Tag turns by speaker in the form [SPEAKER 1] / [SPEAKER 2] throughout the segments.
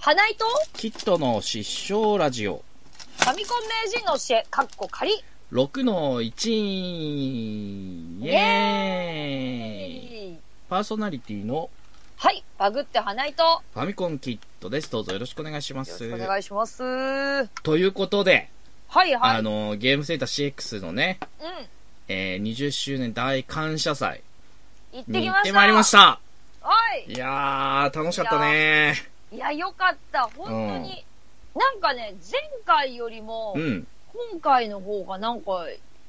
[SPEAKER 1] 花井と
[SPEAKER 2] キットの失笑ラジオ
[SPEAKER 1] ファミコン名人の教え、かっこ仮。
[SPEAKER 2] 6の1イエーイパーソナリティの
[SPEAKER 1] はい、バグって花井と、よ
[SPEAKER 2] ファミコンキットです。どうぞよろしくお願いしま
[SPEAKER 1] ろ
[SPEAKER 2] す
[SPEAKER 1] しくお。願いします。はい
[SPEAKER 2] ということで、
[SPEAKER 1] はい。
[SPEAKER 2] あの、ゲームセンター CX のね、
[SPEAKER 1] うん。
[SPEAKER 2] えー20周年大感謝祭
[SPEAKER 1] 行って
[SPEAKER 2] に
[SPEAKER 1] き
[SPEAKER 2] 行
[SPEAKER 1] ま
[SPEAKER 2] っ
[SPEAKER 1] してた。
[SPEAKER 2] まいりました。
[SPEAKER 1] はい。
[SPEAKER 2] いやー、楽しかったね
[SPEAKER 1] いや、よかった。本当に。なんかね、前回よりも、
[SPEAKER 2] うん。
[SPEAKER 1] 今回の方がなんか、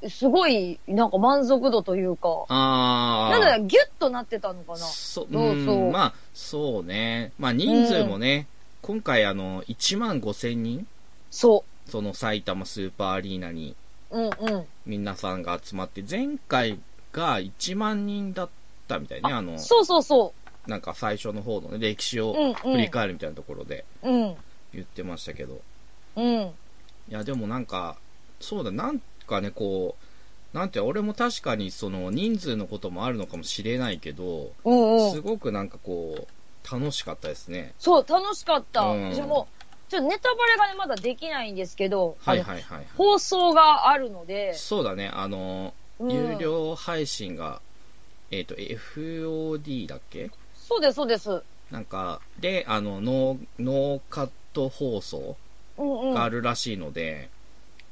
[SPEAKER 1] すごい、なんか満足度というか、
[SPEAKER 2] あー。
[SPEAKER 1] なんだろう、ギュッとなってたのかな。
[SPEAKER 2] そ
[SPEAKER 1] どうぞ
[SPEAKER 2] ん、まあ、そうね。まあ、人数もね、今回あの、1万5千人、
[SPEAKER 1] そ
[SPEAKER 2] その埼玉スーパーアリーナに
[SPEAKER 1] う。うんうん。
[SPEAKER 2] 皆さんが集まって、前回が1万人だったみたいね、あの、
[SPEAKER 1] そうそうそ
[SPEAKER 2] なんか最初の方のね、歴史
[SPEAKER 1] う。う
[SPEAKER 2] を
[SPEAKER 1] ん
[SPEAKER 2] 振
[SPEAKER 1] う
[SPEAKER 2] り
[SPEAKER 1] ん。
[SPEAKER 2] 返るみたいなところで
[SPEAKER 1] うん。
[SPEAKER 2] 言ってましたけど。
[SPEAKER 1] うん。
[SPEAKER 2] いや、でもなんか、そうだ、なんかね、こう、なんていうの、俺も確かにその人数のこともあるのかもしれないけど、
[SPEAKER 1] うんう
[SPEAKER 2] す
[SPEAKER 1] ん。
[SPEAKER 2] ごくなんかこう、楽しかったですね。
[SPEAKER 1] そう、楽しかった。
[SPEAKER 2] うん
[SPEAKER 1] でも、ちょっとネタバレがね、まだできないんですけど、
[SPEAKER 2] はい
[SPEAKER 1] あの
[SPEAKER 2] はいはいはい。
[SPEAKER 1] 放送があるので、
[SPEAKER 2] そうだね、あの、
[SPEAKER 1] うん
[SPEAKER 2] 有料配信が、えっ、と、FOD だっけ
[SPEAKER 1] そうです、そうです。うん
[SPEAKER 2] なんか、で、あの、ノー、ノーカット放送
[SPEAKER 1] う
[SPEAKER 2] があ
[SPEAKER 1] ん。
[SPEAKER 2] るらしいので、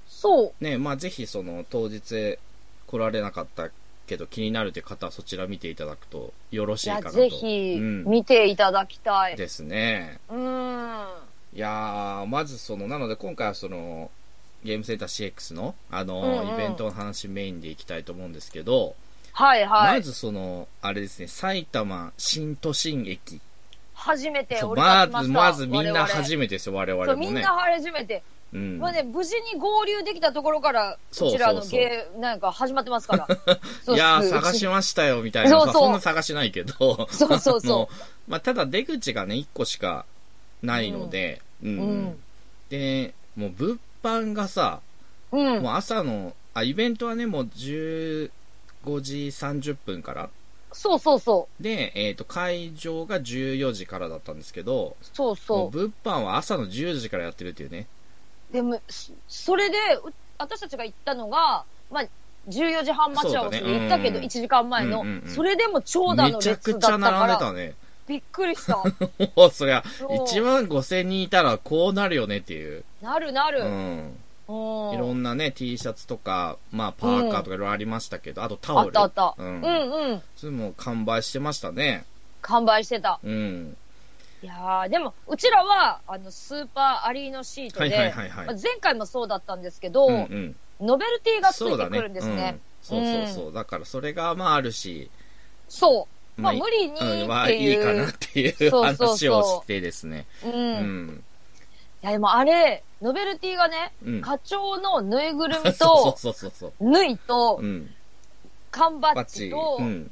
[SPEAKER 1] そう。
[SPEAKER 2] ね、まあ、ぜひ、その、当日来られなかったけど気になるという方はそちら見ていただくとよろし
[SPEAKER 1] い
[SPEAKER 2] いか
[SPEAKER 1] や、
[SPEAKER 2] なと。
[SPEAKER 1] ぜひ、
[SPEAKER 2] うん
[SPEAKER 1] 見ていただきたい。
[SPEAKER 2] ですね。
[SPEAKER 1] うーん。
[SPEAKER 2] いやー、まずその、なので今回はその、ゲームセンター CX の、あの、
[SPEAKER 1] うんうん
[SPEAKER 2] イベントの話メインでいきたいと思うんですけど、
[SPEAKER 1] はいは
[SPEAKER 2] ま
[SPEAKER 1] い。
[SPEAKER 2] ずその、あれですね、埼玉新都心駅。
[SPEAKER 1] 初めて
[SPEAKER 2] そう
[SPEAKER 1] 俺が
[SPEAKER 2] ま
[SPEAKER 1] 来ま
[SPEAKER 2] ず、
[SPEAKER 1] した。
[SPEAKER 2] まずみんな
[SPEAKER 1] 初めて。
[SPEAKER 2] 初めてですよ、我
[SPEAKER 1] そ
[SPEAKER 2] 々
[SPEAKER 1] う、み
[SPEAKER 2] も
[SPEAKER 1] ん
[SPEAKER 2] ね
[SPEAKER 1] な。初めて。
[SPEAKER 2] うん
[SPEAKER 1] まあね、無事に合流できたところから、
[SPEAKER 2] そう
[SPEAKER 1] こちらの
[SPEAKER 2] そうそう
[SPEAKER 1] ゲー、なんか始まってますから。そう
[SPEAKER 2] い
[SPEAKER 1] う
[SPEAKER 2] やー、
[SPEAKER 1] ち
[SPEAKER 2] 探しましたよ、みたいな。
[SPEAKER 1] そう
[SPEAKER 2] さ
[SPEAKER 1] そう
[SPEAKER 2] そんな探しないけど。
[SPEAKER 1] そう そうそう
[SPEAKER 2] あのまあ、ただ出口がね、1個しかないので、うん。
[SPEAKER 1] うん
[SPEAKER 2] で、もう物販がさ、
[SPEAKER 1] うん。
[SPEAKER 2] もう朝の、あ、イベントはね、もう15時30分から。
[SPEAKER 1] そうそうそう。
[SPEAKER 2] で、えっ、と、会場が14時からだったんですけど、
[SPEAKER 1] そう
[SPEAKER 2] もう
[SPEAKER 1] そ
[SPEAKER 2] 物販は朝の10時からやってるっていうね。
[SPEAKER 1] う。でも、そそれで、う私たちが行ったのが、まあ、14時半待ち合わせ
[SPEAKER 2] そうだ
[SPEAKER 1] で
[SPEAKER 2] ね
[SPEAKER 1] 行ったけど、
[SPEAKER 2] うん
[SPEAKER 1] 1時間前の、
[SPEAKER 2] うんうんうん
[SPEAKER 1] それでも長蛇
[SPEAKER 2] め
[SPEAKER 1] の
[SPEAKER 2] ちゃく
[SPEAKER 1] 列
[SPEAKER 2] ち
[SPEAKER 1] だ
[SPEAKER 2] ゃ
[SPEAKER 1] ったか
[SPEAKER 2] 並んで
[SPEAKER 1] ら、
[SPEAKER 2] た ね。
[SPEAKER 1] びっくり した。
[SPEAKER 2] もうそりゃ、
[SPEAKER 1] そう
[SPEAKER 2] 1万5千人いたらこうなるよねっていう。
[SPEAKER 1] なるなる。
[SPEAKER 2] う
[SPEAKER 1] うん
[SPEAKER 2] ん。
[SPEAKER 1] い
[SPEAKER 2] いろんなね、T シャツとか、まあ、パーカーとかいろいろありましたけど、あとタ
[SPEAKER 1] あ
[SPEAKER 2] オ
[SPEAKER 1] っ
[SPEAKER 2] ル。
[SPEAKER 1] たあった。
[SPEAKER 2] う。
[SPEAKER 1] うんん、
[SPEAKER 2] う。
[SPEAKER 1] うんん、
[SPEAKER 2] それも完売してましたね。
[SPEAKER 1] 完売してた。
[SPEAKER 2] うん。
[SPEAKER 1] いやー、でも、うちらは、あの、スーパーアリーナシート
[SPEAKER 2] はい
[SPEAKER 1] で、
[SPEAKER 2] はいはいはい
[SPEAKER 1] まあ前回もそうだったんですけど、
[SPEAKER 2] うんうん。
[SPEAKER 1] ノベルティがつ
[SPEAKER 2] そう
[SPEAKER 1] い
[SPEAKER 2] だ
[SPEAKER 1] て
[SPEAKER 2] ね。
[SPEAKER 1] く
[SPEAKER 2] う
[SPEAKER 1] るんですね
[SPEAKER 2] ん。。そうそうそう。だからそれが、まあ、あるし、
[SPEAKER 1] そう。まあ、
[SPEAKER 2] い
[SPEAKER 1] 無理にって
[SPEAKER 2] うん、まあ、い
[SPEAKER 1] い
[SPEAKER 2] いか
[SPEAKER 1] う。
[SPEAKER 2] なってい
[SPEAKER 1] そううそうそう
[SPEAKER 2] 話をしてですね。
[SPEAKER 1] うん。
[SPEAKER 2] う
[SPEAKER 1] い
[SPEAKER 2] ん。
[SPEAKER 1] や、でもあれ、ノベルティがね、
[SPEAKER 2] うん。
[SPEAKER 1] 課長のぬいぐるみ と
[SPEAKER 2] そう、そうそうそう。
[SPEAKER 1] ぬいと
[SPEAKER 2] う、ん。
[SPEAKER 1] 缶バ
[SPEAKER 2] バ
[SPEAKER 1] ッ
[SPEAKER 2] ッチ。
[SPEAKER 1] ジと
[SPEAKER 2] う、ん。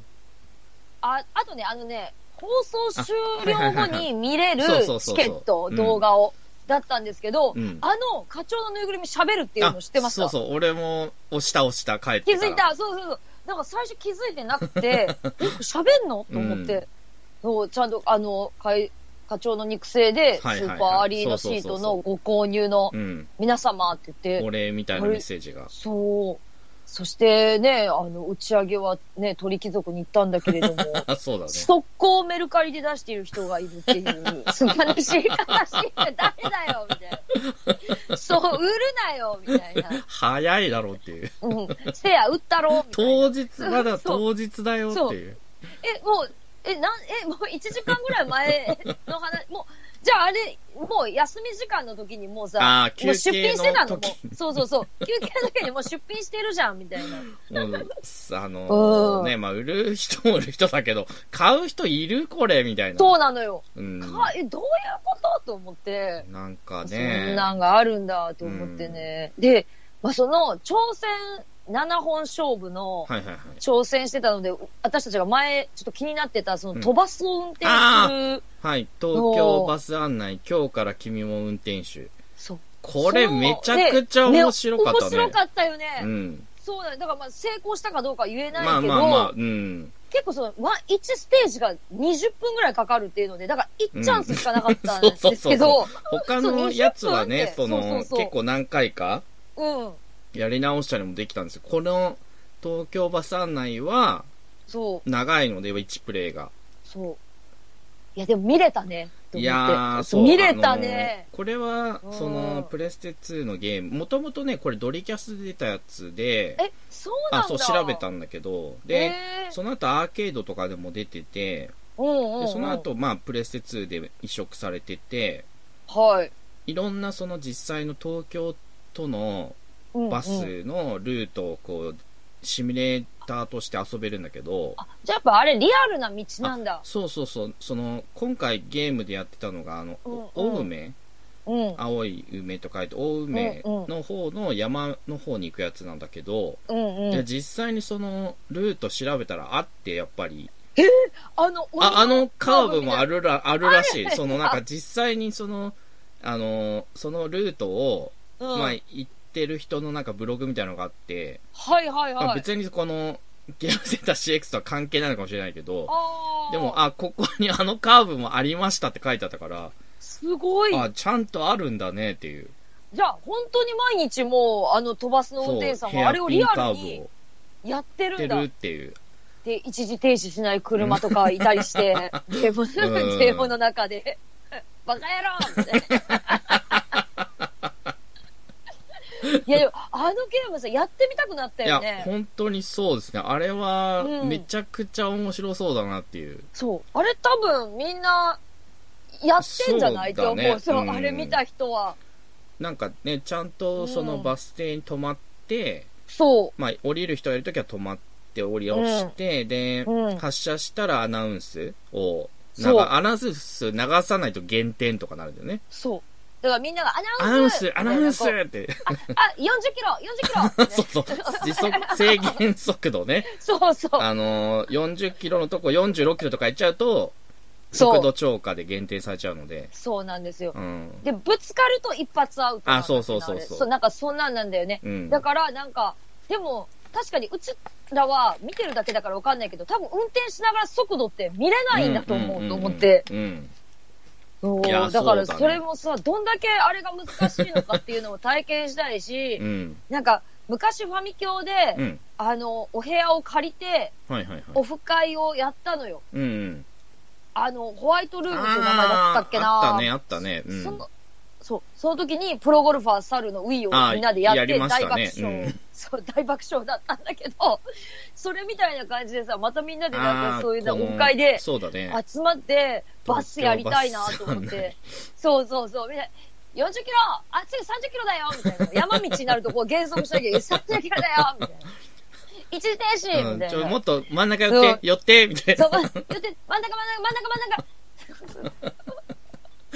[SPEAKER 1] あ、あとね、あのね、放送終了後に見れる
[SPEAKER 2] はいはいはいそうそうそ
[SPEAKER 1] チケ
[SPEAKER 2] うそう
[SPEAKER 1] ット
[SPEAKER 2] う、ん
[SPEAKER 1] 動画を、だったんですけど
[SPEAKER 2] うん、
[SPEAKER 1] あの、課長のぬいぐるみ喋るっていう
[SPEAKER 2] あ
[SPEAKER 1] の知ってました
[SPEAKER 2] そうそう。俺も、押した押した、帰って
[SPEAKER 1] 気
[SPEAKER 2] から。
[SPEAKER 1] づいた、そうそうそう。なんか最初気づいてなく て、え、これ喋んのと思っ
[SPEAKER 2] うん
[SPEAKER 1] て、そうちゃんと、あの、会課長の肉声で、ス
[SPEAKER 2] はいはいはい
[SPEAKER 1] ーパーアリーナシートのご購入の
[SPEAKER 2] うん。
[SPEAKER 1] 皆様って言って、
[SPEAKER 2] お礼みたいなメッセージが。
[SPEAKER 1] そう。そしてね、あの、打ち上げはね、鳥貴族に行ったんだけれども、
[SPEAKER 2] あ、 そうだね。
[SPEAKER 1] 速攻メルカリで出している人がいるってい う、素晴らしい話って誰だよ、みたいな。そう、売るなよ、みたいな。
[SPEAKER 2] 早いだろうっていう。
[SPEAKER 1] うん。せや、売ったろ、みたいな。
[SPEAKER 2] 当日、まだ
[SPEAKER 1] そ
[SPEAKER 2] 当日だよっていう。
[SPEAKER 1] え、もう、え、なん、え、もう1時間ぐらい前の話、もう、じゃああれ、もう休み時間の時にもうさ、
[SPEAKER 2] ああー、
[SPEAKER 1] もう出
[SPEAKER 2] 休憩
[SPEAKER 1] 品してた
[SPEAKER 2] の
[SPEAKER 1] のも
[SPEAKER 2] 時
[SPEAKER 1] うそうそうそう。休憩の時にもう出品してるじゃん、みたい な。
[SPEAKER 2] もう、あの
[SPEAKER 1] う
[SPEAKER 2] ー、
[SPEAKER 1] ん
[SPEAKER 2] ね、まあ、売る人も売る人だけど、買う人いるこれみたいな。
[SPEAKER 1] そうなのよ。
[SPEAKER 2] うん。
[SPEAKER 1] か、え、どういうことと思って、
[SPEAKER 2] なんか
[SPEAKER 1] そ
[SPEAKER 2] ね
[SPEAKER 1] ん。なんがあるんだと思ってね。で、まあ、その、挑戦7本勝負の、
[SPEAKER 2] はいはいはい。
[SPEAKER 1] 挑戦してたので、私たちが前、ちょっと気になってた、その、飛ばすを運転する、
[SPEAKER 2] はい、東京バス案内、今日から君も運転手。
[SPEAKER 1] そう。
[SPEAKER 2] これ
[SPEAKER 1] そう
[SPEAKER 2] めちゃくちゃ面白かっ
[SPEAKER 1] 面
[SPEAKER 2] たね。
[SPEAKER 1] 白かったよね。
[SPEAKER 2] うん。
[SPEAKER 1] そうなんだからまあ成功したかどうかは言えないけ
[SPEAKER 2] まあ
[SPEAKER 1] ど、
[SPEAKER 2] まあまあ、うん。
[SPEAKER 1] 結構その、ワン、1ステージが20分ぐらいかかるっていうので、だから1チャンスしかなかったん
[SPEAKER 2] うんそうそうそう
[SPEAKER 1] ですけど、
[SPEAKER 2] 他のやつはね、
[SPEAKER 1] そ
[SPEAKER 2] そう
[SPEAKER 1] 20分って
[SPEAKER 2] の、
[SPEAKER 1] そうそうそう
[SPEAKER 2] 結構何回か
[SPEAKER 1] うん。
[SPEAKER 2] やり直したりもできたんですよ。この東京バス案内は
[SPEAKER 1] そう、
[SPEAKER 2] 長いので、1プレイが。
[SPEAKER 1] そう。いや、でも見れたね。と思って
[SPEAKER 2] いやー、そう。
[SPEAKER 1] 見れたね
[SPEAKER 2] あ。のーこれは
[SPEAKER 1] う、ん
[SPEAKER 2] その、プレステ2のゲーム、もともとね、これドリキャスで出たやつで、
[SPEAKER 1] え、そうなんだ。
[SPEAKER 2] あ、そう、調べたんだけど、で、
[SPEAKER 1] えー
[SPEAKER 2] その後アーケードとかでも出てて、
[SPEAKER 1] うんうんうん
[SPEAKER 2] でその後、まあ、プレステ2で移植されてて、
[SPEAKER 1] はい。
[SPEAKER 2] いろんなその実際の東京との
[SPEAKER 1] うんうん
[SPEAKER 2] バスのルートをこう、シミュレーターとして遊べるんだけど、
[SPEAKER 1] じゃあやっぱあれリアルな道なんだ。
[SPEAKER 2] そうそうそう、その、今回ゲームでやってたのが、あの、
[SPEAKER 1] うんうん
[SPEAKER 2] 青梅
[SPEAKER 1] うん。
[SPEAKER 2] 青い梅と書いて、青梅の方の山の方に行くやつなんだけど、
[SPEAKER 1] うんう
[SPEAKER 2] で
[SPEAKER 1] ん。
[SPEAKER 2] 実際にそのルート調べたらあって、やっぱり、
[SPEAKER 1] あの、
[SPEAKER 2] ああのカーブもあ
[SPEAKER 1] る。
[SPEAKER 2] るら、あるらしい。
[SPEAKER 1] あれ
[SPEAKER 2] そのなんか実際にその、あの、そのルートを、
[SPEAKER 1] うん、
[SPEAKER 2] まあ、
[SPEAKER 1] はい
[SPEAKER 2] 行ってる人のなんかブログみたいなのがあって、
[SPEAKER 1] はい
[SPEAKER 2] まあ
[SPEAKER 1] はい。
[SPEAKER 2] 別にこの、ゲームセンター CX とは関係ないのかもしれないけど、
[SPEAKER 1] あー
[SPEAKER 2] でも、、あ、ここにあのカーブもありましたって書いてあったから、
[SPEAKER 1] すごい。
[SPEAKER 2] あ、ちゃんとあるんだねっていう。
[SPEAKER 1] じゃあ、本当に毎日もう、あの、飛ばすの運転手さん
[SPEAKER 2] ヘ
[SPEAKER 1] は、
[SPEAKER 2] ア
[SPEAKER 1] あれを
[SPEAKER 2] ピ
[SPEAKER 1] リ
[SPEAKER 2] ン
[SPEAKER 1] ア
[SPEAKER 2] カ
[SPEAKER 1] ル
[SPEAKER 2] ーブ
[SPEAKER 1] に
[SPEAKER 2] を
[SPEAKER 1] やって
[SPEAKER 2] っ
[SPEAKER 1] る
[SPEAKER 2] て
[SPEAKER 1] んだ
[SPEAKER 2] るっ
[SPEAKER 1] って
[SPEAKER 2] いう。
[SPEAKER 1] て、一時停止しない車とかいたりして、 ゲーム、
[SPEAKER 2] ん
[SPEAKER 1] ゲームの中で、 バカ野郎って。 いや、でもあのゲームさ、やってみたくなった
[SPEAKER 2] い
[SPEAKER 1] よ
[SPEAKER 2] や、
[SPEAKER 1] ね。
[SPEAKER 2] 本当にそうですね。あれは
[SPEAKER 1] う、ん
[SPEAKER 2] めちゃくちゃ面白そうだなっていう。
[SPEAKER 1] そう。あれ多分、みんな、やってんじゃない
[SPEAKER 2] そうだね
[SPEAKER 1] と思う。そう、
[SPEAKER 2] うん
[SPEAKER 1] あれ見た人は。
[SPEAKER 2] なんかね、ちゃんとその
[SPEAKER 1] うん
[SPEAKER 2] バス停に止まって、
[SPEAKER 1] そ
[SPEAKER 2] まあ、降りる人がいるときは止まって降りをして、で、
[SPEAKER 1] うん
[SPEAKER 2] 発車したらアナウンスを、
[SPEAKER 1] そう
[SPEAKER 2] なんかアナウンス流さないと減点とかなるんだよね。
[SPEAKER 1] う、そう。だからみんなが
[SPEAKER 2] ア
[SPEAKER 1] ア
[SPEAKER 2] ナ
[SPEAKER 1] ナ
[SPEAKER 2] ウ
[SPEAKER 1] ウ
[SPEAKER 2] ン
[SPEAKER 1] ン
[SPEAKER 2] ス
[SPEAKER 1] ス、
[SPEAKER 2] アナウンス
[SPEAKER 1] みたいなこ
[SPEAKER 2] って。
[SPEAKER 1] うあ、40キロ !40 キロ
[SPEAKER 2] そうそう。時速、制限速度ね。
[SPEAKER 1] そうそう。
[SPEAKER 2] あのー、40キロのとこ46キロとか行っちゃうと、
[SPEAKER 1] そう
[SPEAKER 2] 速度超過で減点されちゃうので。
[SPEAKER 1] そうなんですよ
[SPEAKER 2] う。ん。
[SPEAKER 1] で、ぶつかると一発アウトなんだけど。
[SPEAKER 2] あそうそうそうそ
[SPEAKER 1] あ
[SPEAKER 2] う
[SPEAKER 1] れなんかそんなんなんだよね。
[SPEAKER 2] うん
[SPEAKER 1] だから、なんか、でも、確かにうちらは見てるだけだからわかんないけど、多分運転しながら速度って見れないんだと思う、と思って。。
[SPEAKER 2] うんうん。
[SPEAKER 1] そう
[SPEAKER 2] いや
[SPEAKER 1] だから
[SPEAKER 2] そうだね
[SPEAKER 1] それもさ、どんだけあれが難しいのかっていうのを体験したいし
[SPEAKER 2] う、ん。
[SPEAKER 1] なんか、昔ファミ教で、
[SPEAKER 2] うん。
[SPEAKER 1] あの、お部屋を借りて、
[SPEAKER 2] はいはいはい。
[SPEAKER 1] オフ会をやったのよ。
[SPEAKER 2] うんうん。
[SPEAKER 1] あの、ホワイトルームっていう名前だった
[SPEAKER 2] あ
[SPEAKER 1] っけ
[SPEAKER 2] ー
[SPEAKER 1] な
[SPEAKER 2] あったね、あったね。うん。
[SPEAKER 1] その、そう、その時にプロゴルファー猿のウィー
[SPEAKER 2] あ
[SPEAKER 1] を
[SPEAKER 2] ー
[SPEAKER 1] みんなでやって
[SPEAKER 2] やりまし
[SPEAKER 1] 大
[SPEAKER 2] た
[SPEAKER 1] 爆
[SPEAKER 2] ね
[SPEAKER 1] 笑、
[SPEAKER 2] うん
[SPEAKER 1] そう、大爆笑だったんだけど、それみたいな感じでさ、またみんなでなん
[SPEAKER 2] あ
[SPEAKER 1] か
[SPEAKER 2] ー
[SPEAKER 1] そういうな、
[SPEAKER 2] この
[SPEAKER 1] 音階で
[SPEAKER 2] そうだね。
[SPEAKER 1] 集まって、バスやりたいなと思っ
[SPEAKER 2] 東京バス案内
[SPEAKER 1] て、そうそうそう、みんな、40キロあっち30キロだよみたいな。山道になるとこう減速しなきゃいけない30キロだよみたいな。一時停止
[SPEAKER 2] う
[SPEAKER 1] み
[SPEAKER 2] ん、
[SPEAKER 1] た
[SPEAKER 2] ち
[SPEAKER 1] い
[SPEAKER 2] ょ
[SPEAKER 1] な。
[SPEAKER 2] もっと真ん中寄って、寄って、みたい
[SPEAKER 1] そ
[SPEAKER 2] な
[SPEAKER 1] う、。言って、真ん中真ん中真ん中真ん中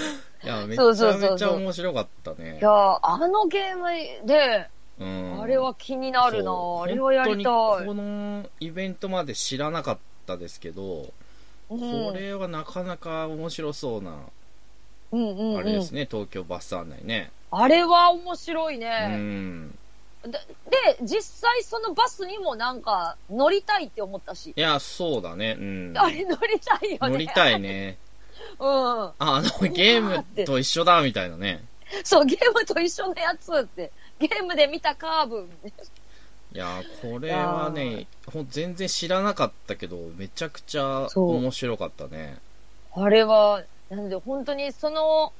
[SPEAKER 2] いや、めち
[SPEAKER 1] そうそう
[SPEAKER 2] ゃ
[SPEAKER 1] そうそう
[SPEAKER 2] めちゃ面白かったね。
[SPEAKER 1] いやーあのゲームで、
[SPEAKER 2] うん
[SPEAKER 1] あれは気になるな
[SPEAKER 2] そ
[SPEAKER 1] あ
[SPEAKER 2] う
[SPEAKER 1] れはやりたい。
[SPEAKER 2] 本当にこのイベントまで知らなかったですけど、これはなかなか面白そうな、
[SPEAKER 1] うん、うんうんうん
[SPEAKER 2] あれですね、東京バス案内ね。
[SPEAKER 1] あれは面白いうね、
[SPEAKER 2] ん。
[SPEAKER 1] で。で、実際そのバスにもなんか乗りたいって思ったし
[SPEAKER 2] い。や、そうだね。うん。
[SPEAKER 1] あれ乗りたいよね。
[SPEAKER 2] 乗りたいね。
[SPEAKER 1] うん。
[SPEAKER 2] あ、あの、ゲームと一緒だ、みたいなね。
[SPEAKER 1] そう、ゲームと一緒のやつって。ゲームで見たカーブ。
[SPEAKER 2] いや、これはね、ほん全然知らなかったけど、めちゃくちゃ
[SPEAKER 1] そう
[SPEAKER 2] 面白かったね。
[SPEAKER 1] あれは、なので本当にその、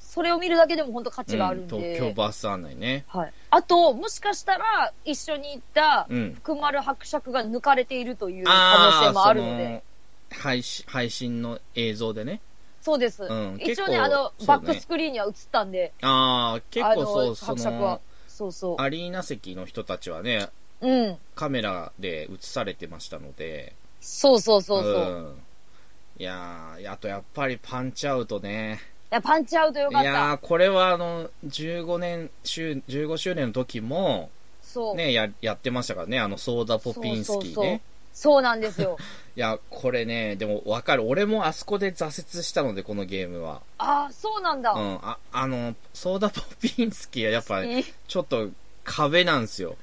[SPEAKER 1] それを見るだけでも本当価値があるん
[SPEAKER 2] うん
[SPEAKER 1] で。
[SPEAKER 2] 東京バス案内ね。
[SPEAKER 1] はい。あと、もしかしたら一緒に行った
[SPEAKER 2] うん、
[SPEAKER 1] 福丸伯爵が抜かれているという可
[SPEAKER 2] あ
[SPEAKER 1] 能性もある
[SPEAKER 2] ー
[SPEAKER 1] ので。
[SPEAKER 2] その配信配信の映像でね
[SPEAKER 1] そうです。
[SPEAKER 2] うん
[SPEAKER 1] 一応
[SPEAKER 2] 結
[SPEAKER 1] ね、
[SPEAKER 2] 構
[SPEAKER 1] あの、
[SPEAKER 2] そう
[SPEAKER 1] バ
[SPEAKER 2] ね
[SPEAKER 1] ックスクリーンには映ったんで、
[SPEAKER 2] ああ結
[SPEAKER 1] あ
[SPEAKER 2] 構そう
[SPEAKER 1] の、
[SPEAKER 2] そ
[SPEAKER 1] 伯爵
[SPEAKER 2] の
[SPEAKER 1] は。そうそ
[SPEAKER 2] アリーナ席の人たちはね
[SPEAKER 1] う。うん。
[SPEAKER 2] カメラで映されてましたので
[SPEAKER 1] そうそうそうそう。い
[SPEAKER 2] んいやーあとやっぱりパンチアウトね
[SPEAKER 1] や、パンチアウトよ
[SPEAKER 2] い
[SPEAKER 1] かっ
[SPEAKER 2] や
[SPEAKER 1] た。
[SPEAKER 2] ーこれはあの15年周15周年の時も
[SPEAKER 1] そう。
[SPEAKER 2] ねややってましたからねあのソーダポピン
[SPEAKER 1] そ
[SPEAKER 2] スキーね
[SPEAKER 1] うそうそうそうなんです よ。
[SPEAKER 2] いやこれねでもわかる俺もあそこで挫折したのでこのゲームは
[SPEAKER 1] ああ、そうなんだ。
[SPEAKER 2] うん、ああの、ソーダポピンスキーはやっぱ
[SPEAKER 1] いい
[SPEAKER 2] ちょっと壁なんですよ。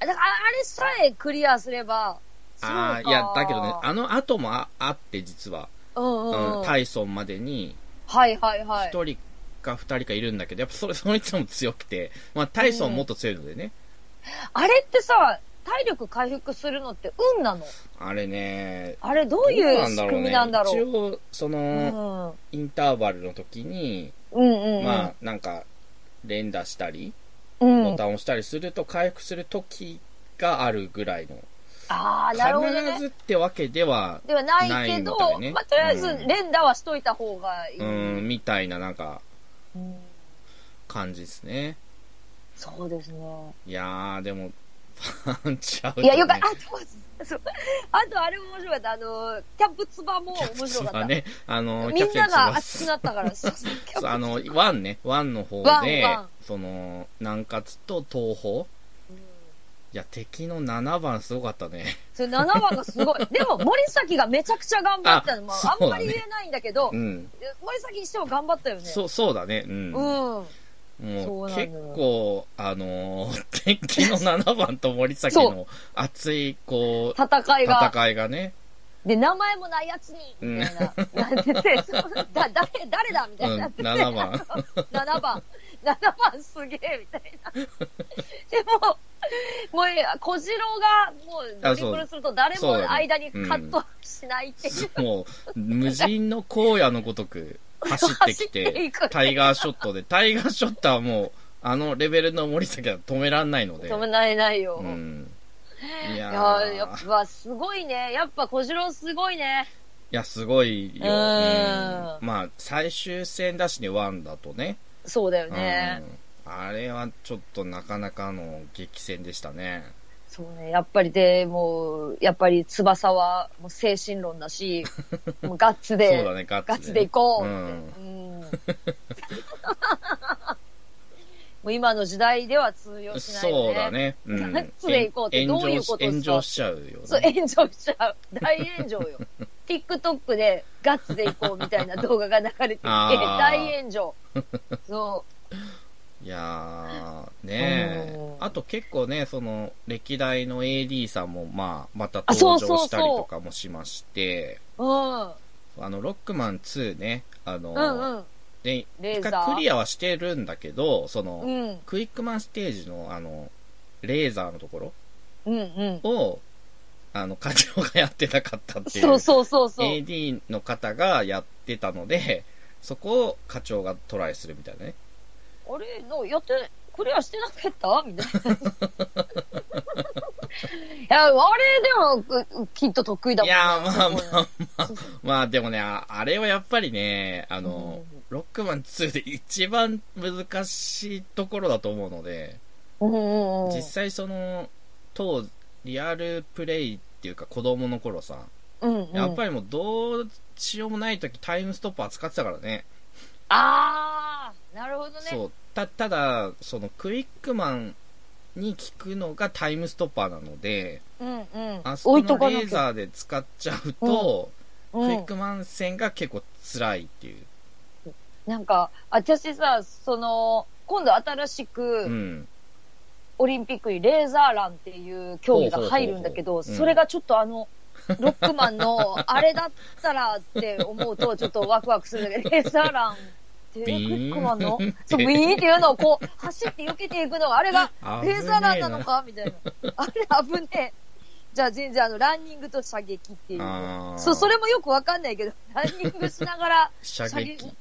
[SPEAKER 1] だから、ああれさえクリアすれば、そうか
[SPEAKER 2] ああ、いや、だけどね、あの後もああって、実は、
[SPEAKER 1] うんうんう
[SPEAKER 2] う、
[SPEAKER 1] んん。
[SPEAKER 2] タイソンまでに、
[SPEAKER 1] はいはいはい。
[SPEAKER 2] 一人か二人かいるんだけど、やっぱそれ、その人も強くて、まあ、タイソンもっと強いのでね、
[SPEAKER 1] あれってさ、体力回復するのって運なの
[SPEAKER 2] あれね、
[SPEAKER 1] あれどういう仕組みなんだろう
[SPEAKER 2] どうなんだろうね一応、その、インターバルの時に、
[SPEAKER 1] うんうんうん。
[SPEAKER 2] まあ、なんか、連打したり、
[SPEAKER 1] うん、
[SPEAKER 2] ボタンを押したりすると回復する時があるぐらいの、
[SPEAKER 1] ああ、なるほどね。
[SPEAKER 2] 必ずってわけでは、
[SPEAKER 1] ではないけど、
[SPEAKER 2] ないみたいね
[SPEAKER 1] まあ、とりあえ
[SPEAKER 2] うん
[SPEAKER 1] ず連打はしといた方がいい。
[SPEAKER 2] うん、みたいな、なんか、
[SPEAKER 1] うん
[SPEAKER 2] 感じですね。
[SPEAKER 1] そうですね。
[SPEAKER 2] いやー、でも、パンチアウト、ね。
[SPEAKER 1] いや、よかった。あと、そうあとあれも面白かった。あの、キャンプツバも面白かった。
[SPEAKER 2] ね、あの、
[SPEAKER 1] みんなが熱くな
[SPEAKER 2] っ
[SPEAKER 1] った から、そうそうキャンプ
[SPEAKER 2] あの、ワンね、ワンの方
[SPEAKER 1] ワン
[SPEAKER 2] で
[SPEAKER 1] ワン、
[SPEAKER 2] その、南葛と東方いや、敵の7番すごかったね。
[SPEAKER 1] それ7番がす ごい。でも、森崎がめちゃくちゃ頑張ったの。
[SPEAKER 2] あ
[SPEAKER 1] まあ、
[SPEAKER 2] そ
[SPEAKER 1] あ
[SPEAKER 2] うんだ
[SPEAKER 1] ま
[SPEAKER 2] ね
[SPEAKER 1] り言えないんだけど、
[SPEAKER 2] うん。
[SPEAKER 1] 森崎にしても頑張ったよね。
[SPEAKER 2] そう、そうだね。う
[SPEAKER 1] うん。
[SPEAKER 2] ん。もう、
[SPEAKER 1] そうな
[SPEAKER 2] 結
[SPEAKER 1] のよ
[SPEAKER 2] 構、あのー、 敵の7番と森崎の熱い、こう、
[SPEAKER 1] 戦いが。
[SPEAKER 2] 戦いがね。
[SPEAKER 1] で、名前もないやつに、みたいな。なんてて、そうだ、誰、誰だみ
[SPEAKER 2] う
[SPEAKER 1] たい
[SPEAKER 2] ん
[SPEAKER 1] になっ、てて。
[SPEAKER 2] 7番。
[SPEAKER 1] 7番、7番すげえみたい な。でも、もうええ、小次郎がもうドリブルすると誰
[SPEAKER 2] そうだね
[SPEAKER 1] も間にカットしないっていう。
[SPEAKER 2] もう、無人の荒野のごとく走ってき
[SPEAKER 1] 走って
[SPEAKER 2] て
[SPEAKER 1] いく、
[SPEAKER 2] タイガーショットで、タイガーショットはもう、あのレベルの森崎は止めらんないので。
[SPEAKER 1] 止めないないよ。
[SPEAKER 2] うん。い
[SPEAKER 1] い
[SPEAKER 2] や
[SPEAKER 1] や
[SPEAKER 2] ー
[SPEAKER 1] ーやっぱすごいね。やっぱ小次郎すごいね。
[SPEAKER 2] いや、すごいよ。
[SPEAKER 1] う
[SPEAKER 2] うんんまあ、最終戦だしね、ワンだとね。
[SPEAKER 1] そうだよね。
[SPEAKER 2] うん。あれはちょっとなかなかの激戦でしたね。
[SPEAKER 1] そうね。やっぱりで、もう、やっぱり翼はもう精神論だ し、もうガッツ
[SPEAKER 2] そう
[SPEAKER 1] で、
[SPEAKER 2] だね、ガ
[SPEAKER 1] ガ
[SPEAKER 2] ッ
[SPEAKER 1] チ
[SPEAKER 2] ツ
[SPEAKER 1] で
[SPEAKER 2] ね
[SPEAKER 1] 行こう
[SPEAKER 2] う
[SPEAKER 1] っ
[SPEAKER 2] ん
[SPEAKER 1] て。うん。もう今の時代では通用しないよね。
[SPEAKER 2] そうだ。ね。う
[SPEAKER 1] ガッツで行こうってどういうことですか
[SPEAKER 2] 炎上しちゃうよ、ね。
[SPEAKER 1] そう、炎上しちゃう。大炎上よ。TikTok でガッツで行こうみたいな動画が流れてきて、
[SPEAKER 2] あー
[SPEAKER 1] 大炎上。そ
[SPEAKER 2] いや
[SPEAKER 1] う
[SPEAKER 2] ー、ね
[SPEAKER 1] ん
[SPEAKER 2] え。あと結構ね、その、歴代の AD さんも、まあ、また
[SPEAKER 1] あそう
[SPEAKER 2] 登
[SPEAKER 1] そうそう
[SPEAKER 2] 場したりとかもしまして、
[SPEAKER 1] う。うん。
[SPEAKER 2] あの、ロックマン2ね、あの、
[SPEAKER 1] うんうん。
[SPEAKER 2] ね、
[SPEAKER 1] レ
[SPEAKER 2] 一
[SPEAKER 1] ーザー
[SPEAKER 2] 回クリアはしてるんだけど、その、
[SPEAKER 1] うん。
[SPEAKER 2] クイックマンステージの、あの、レーザーのとこ
[SPEAKER 1] うんうん。
[SPEAKER 2] ろを、あの、課長がやってなかったっていう。
[SPEAKER 1] そうそうそうそう。
[SPEAKER 2] AD の方がやってたので、そこを課長がトライするみたいなね。
[SPEAKER 1] あれ、のやって、クリアしてなかった みたいな。いや、あれでも、うきっと得意だもん
[SPEAKER 2] い
[SPEAKER 1] ね
[SPEAKER 2] やー、まあまあまあ
[SPEAKER 1] そうそう、
[SPEAKER 2] まあでもね、ああれはやっぱりね、あの、
[SPEAKER 1] うん
[SPEAKER 2] ロックマン2で一番難しいところだと思うので、
[SPEAKER 1] うんうんうん。
[SPEAKER 2] 実際その、当、リアルプレイっていうか子供の頃さ、
[SPEAKER 1] うんうん、
[SPEAKER 2] やっぱ
[SPEAKER 1] り。
[SPEAKER 2] りもうどうしようもない時タイムストッパー使ってたからね。
[SPEAKER 1] ああ、なるほどね。
[SPEAKER 2] そう。た、ただ、そのクイックマンに効くのがタイムストッパーなので、
[SPEAKER 1] うんうん。
[SPEAKER 2] あそこ
[SPEAKER 1] 置いと
[SPEAKER 2] の
[SPEAKER 1] かな
[SPEAKER 2] レ
[SPEAKER 1] き
[SPEAKER 2] ー
[SPEAKER 1] ゃ。
[SPEAKER 2] ザーで使っちゃうと、
[SPEAKER 1] う
[SPEAKER 2] クイッ
[SPEAKER 1] ん、
[SPEAKER 2] クマン戦が結構辛いっていう。
[SPEAKER 1] なんか、私さ、その、今度新し
[SPEAKER 2] う
[SPEAKER 1] く
[SPEAKER 2] ん。
[SPEAKER 1] オリンピックにレーザーランっていう競技が入るんだけ
[SPEAKER 2] ほう
[SPEAKER 1] ど、
[SPEAKER 2] ほうほうほううん
[SPEAKER 1] それがちょっとあの、ロックマンのあれだったらって思うとちょっとワクワクするんだけど、レーザーランって、ク
[SPEAKER 2] ビ
[SPEAKER 1] イ
[SPEAKER 2] ーン
[SPEAKER 1] ックマンのそう、ビーンっていうのをこう、走って避けていくのが、あれがレーザーランなのかみたいな。あれ危ねえ。じゃあ全然あの、ランニングと射撃っていう。
[SPEAKER 2] あー
[SPEAKER 1] そう、それもよくわかんないけど、 ランニングしながら、
[SPEAKER 2] 射撃。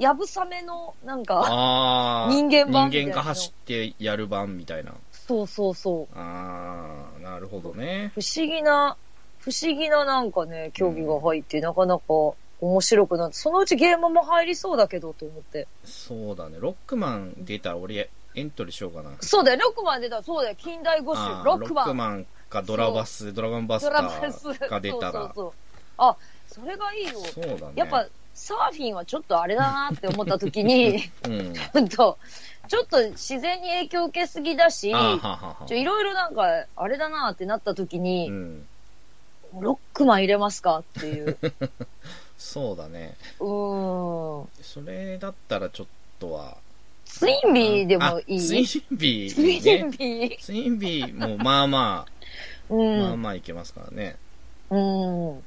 [SPEAKER 1] やぶさめの、なんか、
[SPEAKER 2] ああ。
[SPEAKER 1] 人間版みたい
[SPEAKER 2] 人
[SPEAKER 1] な
[SPEAKER 2] 間が走ってやる版みたいな。
[SPEAKER 1] そうそうそう。
[SPEAKER 2] ああ、なるほどね。
[SPEAKER 1] 不思議な、不思議ななんかね、競技が入って、なかなか面白くなって、そのうちゲームも入りそうだけど、と思って。
[SPEAKER 2] そうだね。ロックマン出たら俺エントリーしようかな。
[SPEAKER 1] そうだよ、ロックマン出たらそうだよ、近代五
[SPEAKER 2] あ
[SPEAKER 1] 種、
[SPEAKER 2] ー
[SPEAKER 1] ロックマン、
[SPEAKER 2] ンかドラバス、ドラゴンバス
[SPEAKER 1] ド
[SPEAKER 2] タ
[SPEAKER 1] ラマス、
[SPEAKER 2] ーが出た
[SPEAKER 1] そうそ
[SPEAKER 2] ら
[SPEAKER 1] う。そう。あ、それがいいよ。
[SPEAKER 2] そうだね。
[SPEAKER 1] やっぱ、サーフィンはちょっとあれだなって思った時に、
[SPEAKER 2] うん。
[SPEAKER 1] ほんと、ちょっと自然に影響を受けすぎだし、
[SPEAKER 2] あーははは
[SPEAKER 1] ちょいろいろなんか、あれだなってなった時
[SPEAKER 2] う
[SPEAKER 1] に、
[SPEAKER 2] ん。
[SPEAKER 1] ロックマン入れますかって いう。う
[SPEAKER 2] そうだね。
[SPEAKER 1] ーん。
[SPEAKER 2] それだったらちょっとは、
[SPEAKER 1] ツインビーでもい
[SPEAKER 2] あ
[SPEAKER 1] い。
[SPEAKER 2] ツインビ
[SPEAKER 1] ツイ
[SPEAKER 2] ー、
[SPEAKER 1] ン
[SPEAKER 2] ね。
[SPEAKER 1] ビー。
[SPEAKER 2] ツインビーもまあま
[SPEAKER 1] う
[SPEAKER 2] あ、まあ
[SPEAKER 1] ん。
[SPEAKER 2] まあいけますからね。
[SPEAKER 1] うん。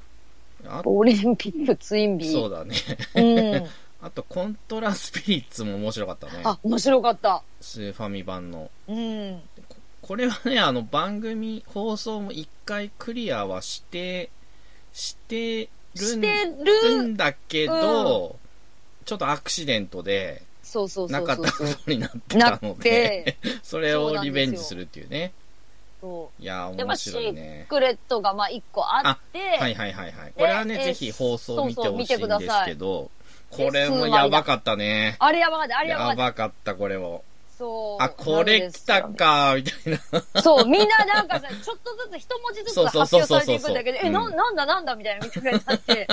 [SPEAKER 2] あ
[SPEAKER 1] オリンピックツインビー。
[SPEAKER 2] そうだね。
[SPEAKER 1] うん。
[SPEAKER 2] あと、コントラスピリッツも面白かったね。
[SPEAKER 1] あ、面白かった。
[SPEAKER 2] スーファミ版の。
[SPEAKER 1] うん。
[SPEAKER 2] これはね、あの、番組、放送も一回クリアはして、してる
[SPEAKER 1] し
[SPEAKER 2] ん
[SPEAKER 1] て
[SPEAKER 2] る
[SPEAKER 1] る。
[SPEAKER 2] んだけど、ちょっとアクシデントで、
[SPEAKER 1] そうそうそ
[SPEAKER 2] な
[SPEAKER 1] う
[SPEAKER 2] かった
[SPEAKER 1] そ
[SPEAKER 2] こ
[SPEAKER 1] う。
[SPEAKER 2] とになって
[SPEAKER 1] な
[SPEAKER 2] た
[SPEAKER 1] っ
[SPEAKER 2] ので、
[SPEAKER 1] て、
[SPEAKER 2] それをリベンジするっていうね。
[SPEAKER 1] そ
[SPEAKER 2] いやー、
[SPEAKER 1] う。で、ま
[SPEAKER 2] 面
[SPEAKER 1] あ、シ
[SPEAKER 2] 白い
[SPEAKER 1] ー
[SPEAKER 2] ね。
[SPEAKER 1] クレットがまあ一個あって、
[SPEAKER 2] はいはいはいはい。これはね、
[SPEAKER 1] えー
[SPEAKER 2] ぜひ放送見てほしいん
[SPEAKER 1] そうそう見てく
[SPEAKER 2] で
[SPEAKER 1] だ
[SPEAKER 2] す
[SPEAKER 1] さ
[SPEAKER 2] け
[SPEAKER 1] い
[SPEAKER 2] ど、
[SPEAKER 1] で
[SPEAKER 2] これもやばかったね。
[SPEAKER 1] あれやばかった、あれやばか
[SPEAKER 2] や
[SPEAKER 1] った。
[SPEAKER 2] ばかった、これも。
[SPEAKER 1] そう。
[SPEAKER 2] あ、これ来たか、みたいな。
[SPEAKER 1] そう、みんななんかさ、 ちょっとずつ一文字ずつ発表されていくんだけど、
[SPEAKER 2] そう
[SPEAKER 1] え、
[SPEAKER 2] そうそうそう
[SPEAKER 1] な、
[SPEAKER 2] うん
[SPEAKER 1] なんだなんだみたいな、みたいになって。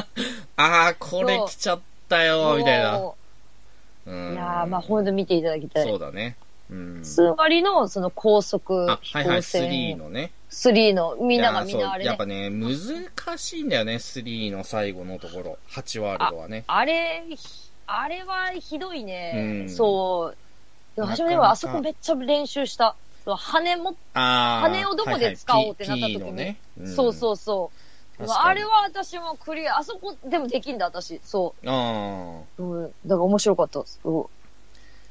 [SPEAKER 2] あー、これ来ちゃった よ、みたいな。
[SPEAKER 1] も
[SPEAKER 2] う
[SPEAKER 1] う。
[SPEAKER 2] ん
[SPEAKER 1] いやー、まあ、ほんと見ていただきた
[SPEAKER 2] そ
[SPEAKER 1] い。
[SPEAKER 2] うだね。うん。
[SPEAKER 1] 数割の、その高速
[SPEAKER 2] あ、は
[SPEAKER 1] 飛
[SPEAKER 2] いはい、
[SPEAKER 1] 行船
[SPEAKER 2] 3。のね。
[SPEAKER 1] 3の、みんなが
[SPEAKER 2] い
[SPEAKER 1] み
[SPEAKER 2] やー
[SPEAKER 1] ん
[SPEAKER 2] そう
[SPEAKER 1] なあれ
[SPEAKER 2] や
[SPEAKER 1] ね
[SPEAKER 2] っぱ。ね、難しいんだよね、3の最後のところ。8ワールドはね。
[SPEAKER 1] あれ、あれはひどいね
[SPEAKER 2] う。ん
[SPEAKER 1] そう。でも、
[SPEAKER 2] なかなか
[SPEAKER 1] 初めはあそこめっちゃ練習した。そう羽も、
[SPEAKER 2] あー
[SPEAKER 1] 羽をどこで使おうってなった時に
[SPEAKER 2] はいはい P- P のね。ん
[SPEAKER 1] そうそうそう。
[SPEAKER 2] 確
[SPEAKER 1] で
[SPEAKER 2] か
[SPEAKER 1] も
[SPEAKER 2] に
[SPEAKER 1] あれは私もクリア、あそこでもできんだ、私。そう。
[SPEAKER 2] あ
[SPEAKER 1] うん、だから面白かったです。うん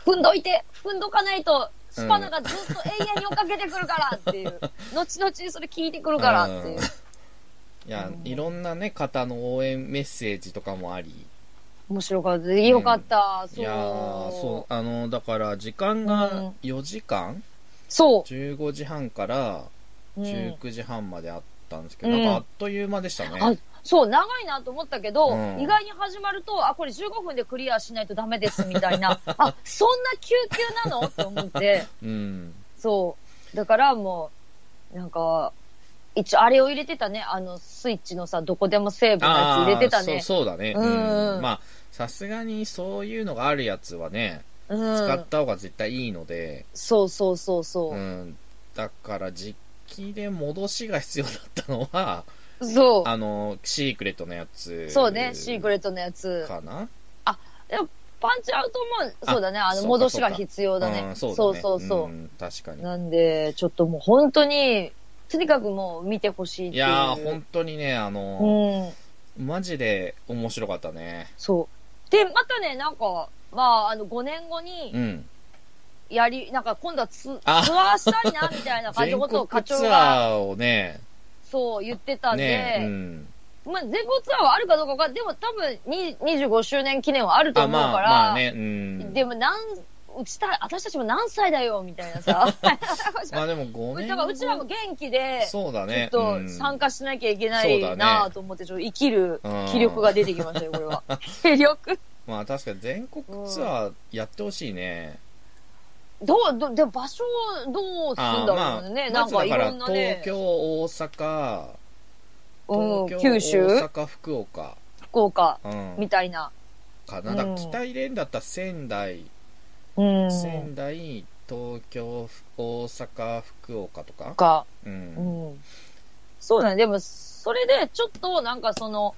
[SPEAKER 1] 踏んどいて踏んどかないと、スパナがずっと永遠に追っかけてくるからっていう。 後々それ聞いてくるからっていう。
[SPEAKER 2] あ。いや
[SPEAKER 1] う、ん
[SPEAKER 2] いろんなね、方の応援メッセージとかもあり。
[SPEAKER 1] 面白かった。よかった。
[SPEAKER 2] い
[SPEAKER 1] そう。。
[SPEAKER 2] やーそうう、あの、だから、時間
[SPEAKER 1] う
[SPEAKER 2] が
[SPEAKER 1] ん
[SPEAKER 2] 4時間
[SPEAKER 1] そ
[SPEAKER 2] ?15 時半から
[SPEAKER 1] う。うん
[SPEAKER 2] 19時半まであったんですけど、
[SPEAKER 1] うん
[SPEAKER 2] なんかあっという間でしたね。
[SPEAKER 1] あそう、長いなと思ったけど、
[SPEAKER 2] うん
[SPEAKER 1] 意外に始まると、あ、これ15分でクリアしないとダメですみたい な、あ、そんな救急なのと思って、
[SPEAKER 2] うん。
[SPEAKER 1] そう。だからもう、なんか、一応あれを入れてたね、あの、スイッチのさ、どこでもセーブのやつ入れてたね。
[SPEAKER 2] あーそうそうだね。う
[SPEAKER 1] うん
[SPEAKER 2] ん。まあ、さすがにそういうのがあるやつはね、
[SPEAKER 1] うん、
[SPEAKER 2] 使った方が絶対いいので、
[SPEAKER 1] そうそうそう
[SPEAKER 2] う
[SPEAKER 1] そ
[SPEAKER 2] ん。だから、実機で戻しが必要だったのは、
[SPEAKER 1] う。そ
[SPEAKER 2] あの、シークレットのやつ。
[SPEAKER 1] う。そうね、シークレットのやつ。
[SPEAKER 2] かな
[SPEAKER 1] パンチアウトも、そうだね、あ
[SPEAKER 2] そ
[SPEAKER 1] の、
[SPEAKER 2] うか
[SPEAKER 1] 戻しが必要だ
[SPEAKER 2] う
[SPEAKER 1] ね。
[SPEAKER 2] ん
[SPEAKER 1] そう
[SPEAKER 2] そうだね。
[SPEAKER 1] そうそう。
[SPEAKER 2] ん確かに。
[SPEAKER 1] なんで、ちょっともう本当に、とにかくもう見てほしいって
[SPEAKER 2] い
[SPEAKER 1] いう。
[SPEAKER 2] やー、本当にね、あの、
[SPEAKER 1] うん。
[SPEAKER 2] マジで面白かったね。
[SPEAKER 1] そう。で、またね、なんか、まあ、あの、5年後
[SPEAKER 2] う
[SPEAKER 1] に、
[SPEAKER 2] ん。
[SPEAKER 1] やり、なんか今度はツツア
[SPEAKER 2] あ
[SPEAKER 1] ーしたいな、みたいな感じ
[SPEAKER 2] 全
[SPEAKER 1] のことを課
[SPEAKER 2] 国
[SPEAKER 1] 長
[SPEAKER 2] ツ
[SPEAKER 1] が、
[SPEAKER 2] アーをね、
[SPEAKER 1] そう言ってたんで、
[SPEAKER 2] ね、うん。
[SPEAKER 1] まあ、全国ツアーはあるかどうかが、でも多分に、25周年記念はあると
[SPEAKER 2] あ、
[SPEAKER 1] 思うから、
[SPEAKER 2] まあ、まあね、うん。
[SPEAKER 1] でも、なん、うちた、私たちも何歳だよ、みたいなさ。
[SPEAKER 2] まあでも5
[SPEAKER 1] う
[SPEAKER 2] 年
[SPEAKER 1] だからうちらも元気で、ちょ
[SPEAKER 2] そうだね
[SPEAKER 1] っ。と参
[SPEAKER 2] 加
[SPEAKER 1] 加しなきゃいけな
[SPEAKER 2] そうだ
[SPEAKER 1] い
[SPEAKER 2] ね
[SPEAKER 1] なぁと思って、ちょっと生きる気力が出てきましたよ、これは。気力
[SPEAKER 2] まあ確かに全国ツアーやってほしいね。
[SPEAKER 1] どう、どう、でも場所をどうするんだろうね。
[SPEAKER 2] ま
[SPEAKER 1] なん
[SPEAKER 2] ず
[SPEAKER 1] か
[SPEAKER 2] だ
[SPEAKER 1] い
[SPEAKER 2] から
[SPEAKER 1] ろんなね
[SPEAKER 2] 東、京、大阪、
[SPEAKER 1] うん、
[SPEAKER 2] 東京
[SPEAKER 1] 九州、
[SPEAKER 2] 大阪、福岡、
[SPEAKER 1] 福岡、
[SPEAKER 2] うん
[SPEAKER 1] み、たいな。
[SPEAKER 2] かな。だか
[SPEAKER 1] う
[SPEAKER 2] ら
[SPEAKER 1] ん
[SPEAKER 2] 北入れんだったら仙台、
[SPEAKER 1] うん。
[SPEAKER 2] 仙台、東京、大阪、福岡とか。
[SPEAKER 1] か、
[SPEAKER 2] う。
[SPEAKER 1] うんん。そうだね。でも、それで、ちょっと、なんかその、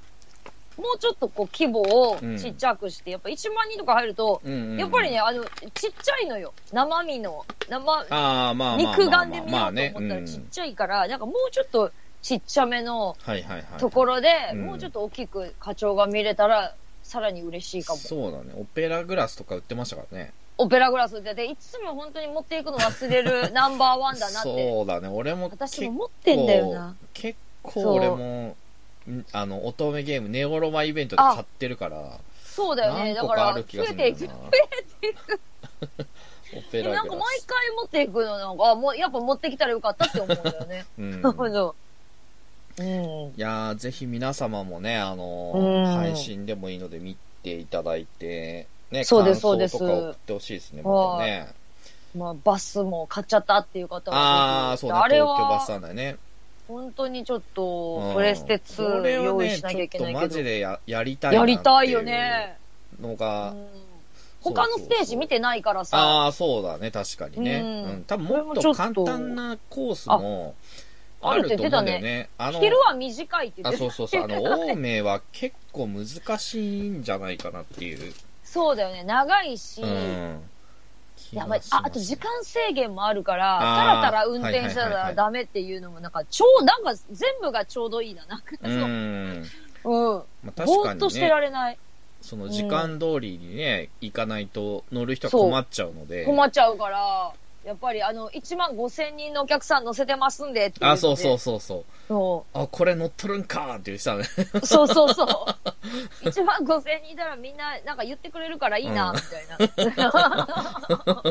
[SPEAKER 1] もうちょっとこう、規模をちっちゃくして、やっぱ1万人とか入ると、
[SPEAKER 2] うんうんうん
[SPEAKER 1] やっぱりね、、あの、ちっちゃいのよ。生身の。生、
[SPEAKER 2] ああ、まあまあまあまあ。
[SPEAKER 1] 肉眼で見ようと
[SPEAKER 2] まあ
[SPEAKER 1] 思ったら
[SPEAKER 2] ね
[SPEAKER 1] ち
[SPEAKER 2] う
[SPEAKER 1] っ
[SPEAKER 2] ん
[SPEAKER 1] ちゃいから、なんかもうちょっとちっちゃめの
[SPEAKER 2] はいはいはい。
[SPEAKER 1] ところで、
[SPEAKER 2] いうん
[SPEAKER 1] もうちょっと大きく課長が見れたら、さらに嬉しいかも。
[SPEAKER 2] そうだね。オペラグラスとか売ってましたからね。
[SPEAKER 1] オペラグラスで、で、いつも本当に持っていくの忘れ るナンバーワンだなって。
[SPEAKER 2] そうだね。俺も
[SPEAKER 1] 私も持ってんだよな。
[SPEAKER 2] 結
[SPEAKER 1] そ
[SPEAKER 2] 構
[SPEAKER 1] う
[SPEAKER 2] 俺もんあの乙女ゲームネオロマイベントで買ってるから
[SPEAKER 1] そうだよね。
[SPEAKER 2] 何
[SPEAKER 1] だ
[SPEAKER 2] 個
[SPEAKER 1] か、
[SPEAKER 2] からある気
[SPEAKER 1] 増
[SPEAKER 2] がす
[SPEAKER 1] え
[SPEAKER 2] る
[SPEAKER 1] てい
[SPEAKER 2] ん
[SPEAKER 1] く
[SPEAKER 2] だ。よな オペ
[SPEAKER 1] え、
[SPEAKER 2] ラ
[SPEAKER 1] なん
[SPEAKER 2] グ
[SPEAKER 1] か
[SPEAKER 2] ラ
[SPEAKER 1] 毎
[SPEAKER 2] ス、
[SPEAKER 1] 回持っていくのなんか、あもう、やっぱ持ってきたらよかったって思 うんだよね。
[SPEAKER 2] う
[SPEAKER 1] なるほ
[SPEAKER 2] ん、
[SPEAKER 1] ど。うん。
[SPEAKER 2] いやーぜひ皆様もねあの、
[SPEAKER 1] うん
[SPEAKER 2] 配信でもいいので見ていただいてね
[SPEAKER 1] そうです
[SPEAKER 2] 感想
[SPEAKER 1] そう
[SPEAKER 2] とか
[SPEAKER 1] です
[SPEAKER 2] 送ってほしいですねまたね
[SPEAKER 1] まあ、バスも買っちゃったっていう方は
[SPEAKER 2] ああ
[SPEAKER 1] ぜ
[SPEAKER 2] そ
[SPEAKER 1] ひ
[SPEAKER 2] うね
[SPEAKER 1] あれ
[SPEAKER 2] 東京バス
[SPEAKER 1] は、
[SPEAKER 2] なんだよね
[SPEAKER 1] 本当にちょっと
[SPEAKER 2] う、ん
[SPEAKER 1] プレステ
[SPEAKER 2] こ
[SPEAKER 1] 2
[SPEAKER 2] れは
[SPEAKER 1] 用意
[SPEAKER 2] ね
[SPEAKER 1] しなきゃいけない
[SPEAKER 2] ちょ
[SPEAKER 1] け
[SPEAKER 2] っとマジ
[SPEAKER 1] ど。
[SPEAKER 2] でややりたいな
[SPEAKER 1] や
[SPEAKER 2] ってう
[SPEAKER 1] りたいよね。
[SPEAKER 2] の
[SPEAKER 1] う
[SPEAKER 2] が、
[SPEAKER 1] ん他のステージ見てないからさ。
[SPEAKER 2] ああ、そうだね、確かにね。
[SPEAKER 1] うん
[SPEAKER 2] うん。多分もっと簡単なコースも
[SPEAKER 1] あ
[SPEAKER 2] あると思うんだよ
[SPEAKER 1] あるって言ってた
[SPEAKER 2] ね。あの、
[SPEAKER 1] 昼は短いって言
[SPEAKER 2] あ、
[SPEAKER 1] って
[SPEAKER 2] そ
[SPEAKER 1] た
[SPEAKER 2] うそうそう。あの、青梅は結構難しいんじゃないかなっていう。
[SPEAKER 1] そうだよね。長いし、
[SPEAKER 2] うん。気
[SPEAKER 1] やば
[SPEAKER 2] が
[SPEAKER 1] い
[SPEAKER 2] します。
[SPEAKER 1] ああと時間制限もあるから、
[SPEAKER 2] あー
[SPEAKER 1] たらたら運転した
[SPEAKER 2] はいはいはいは
[SPEAKER 1] ら
[SPEAKER 2] い
[SPEAKER 1] ダメっていうのも、なんか、超、なんか全部がちょうどいいな、なんか、
[SPEAKER 2] う
[SPEAKER 1] そ
[SPEAKER 2] ん。
[SPEAKER 1] う、うん。
[SPEAKER 2] まあ、確
[SPEAKER 1] ぼー
[SPEAKER 2] か
[SPEAKER 1] っと
[SPEAKER 2] に
[SPEAKER 1] して
[SPEAKER 2] ね、
[SPEAKER 1] られない。
[SPEAKER 2] その時間通りにね、行かないと乗る人は困っちゃうので。
[SPEAKER 1] 困っちゃうから、やっぱりあの、1万5千人のお客さん乗せてますんでって言っ
[SPEAKER 2] あ、
[SPEAKER 1] て
[SPEAKER 2] そうそうそうそう。
[SPEAKER 1] そ
[SPEAKER 2] あ、これ乗っとるんかーっていう人はね。
[SPEAKER 1] う。そうそうそう。1万5千 人いたらみんな、なんか言ってくれるからいいな、
[SPEAKER 2] うん
[SPEAKER 1] みたいな。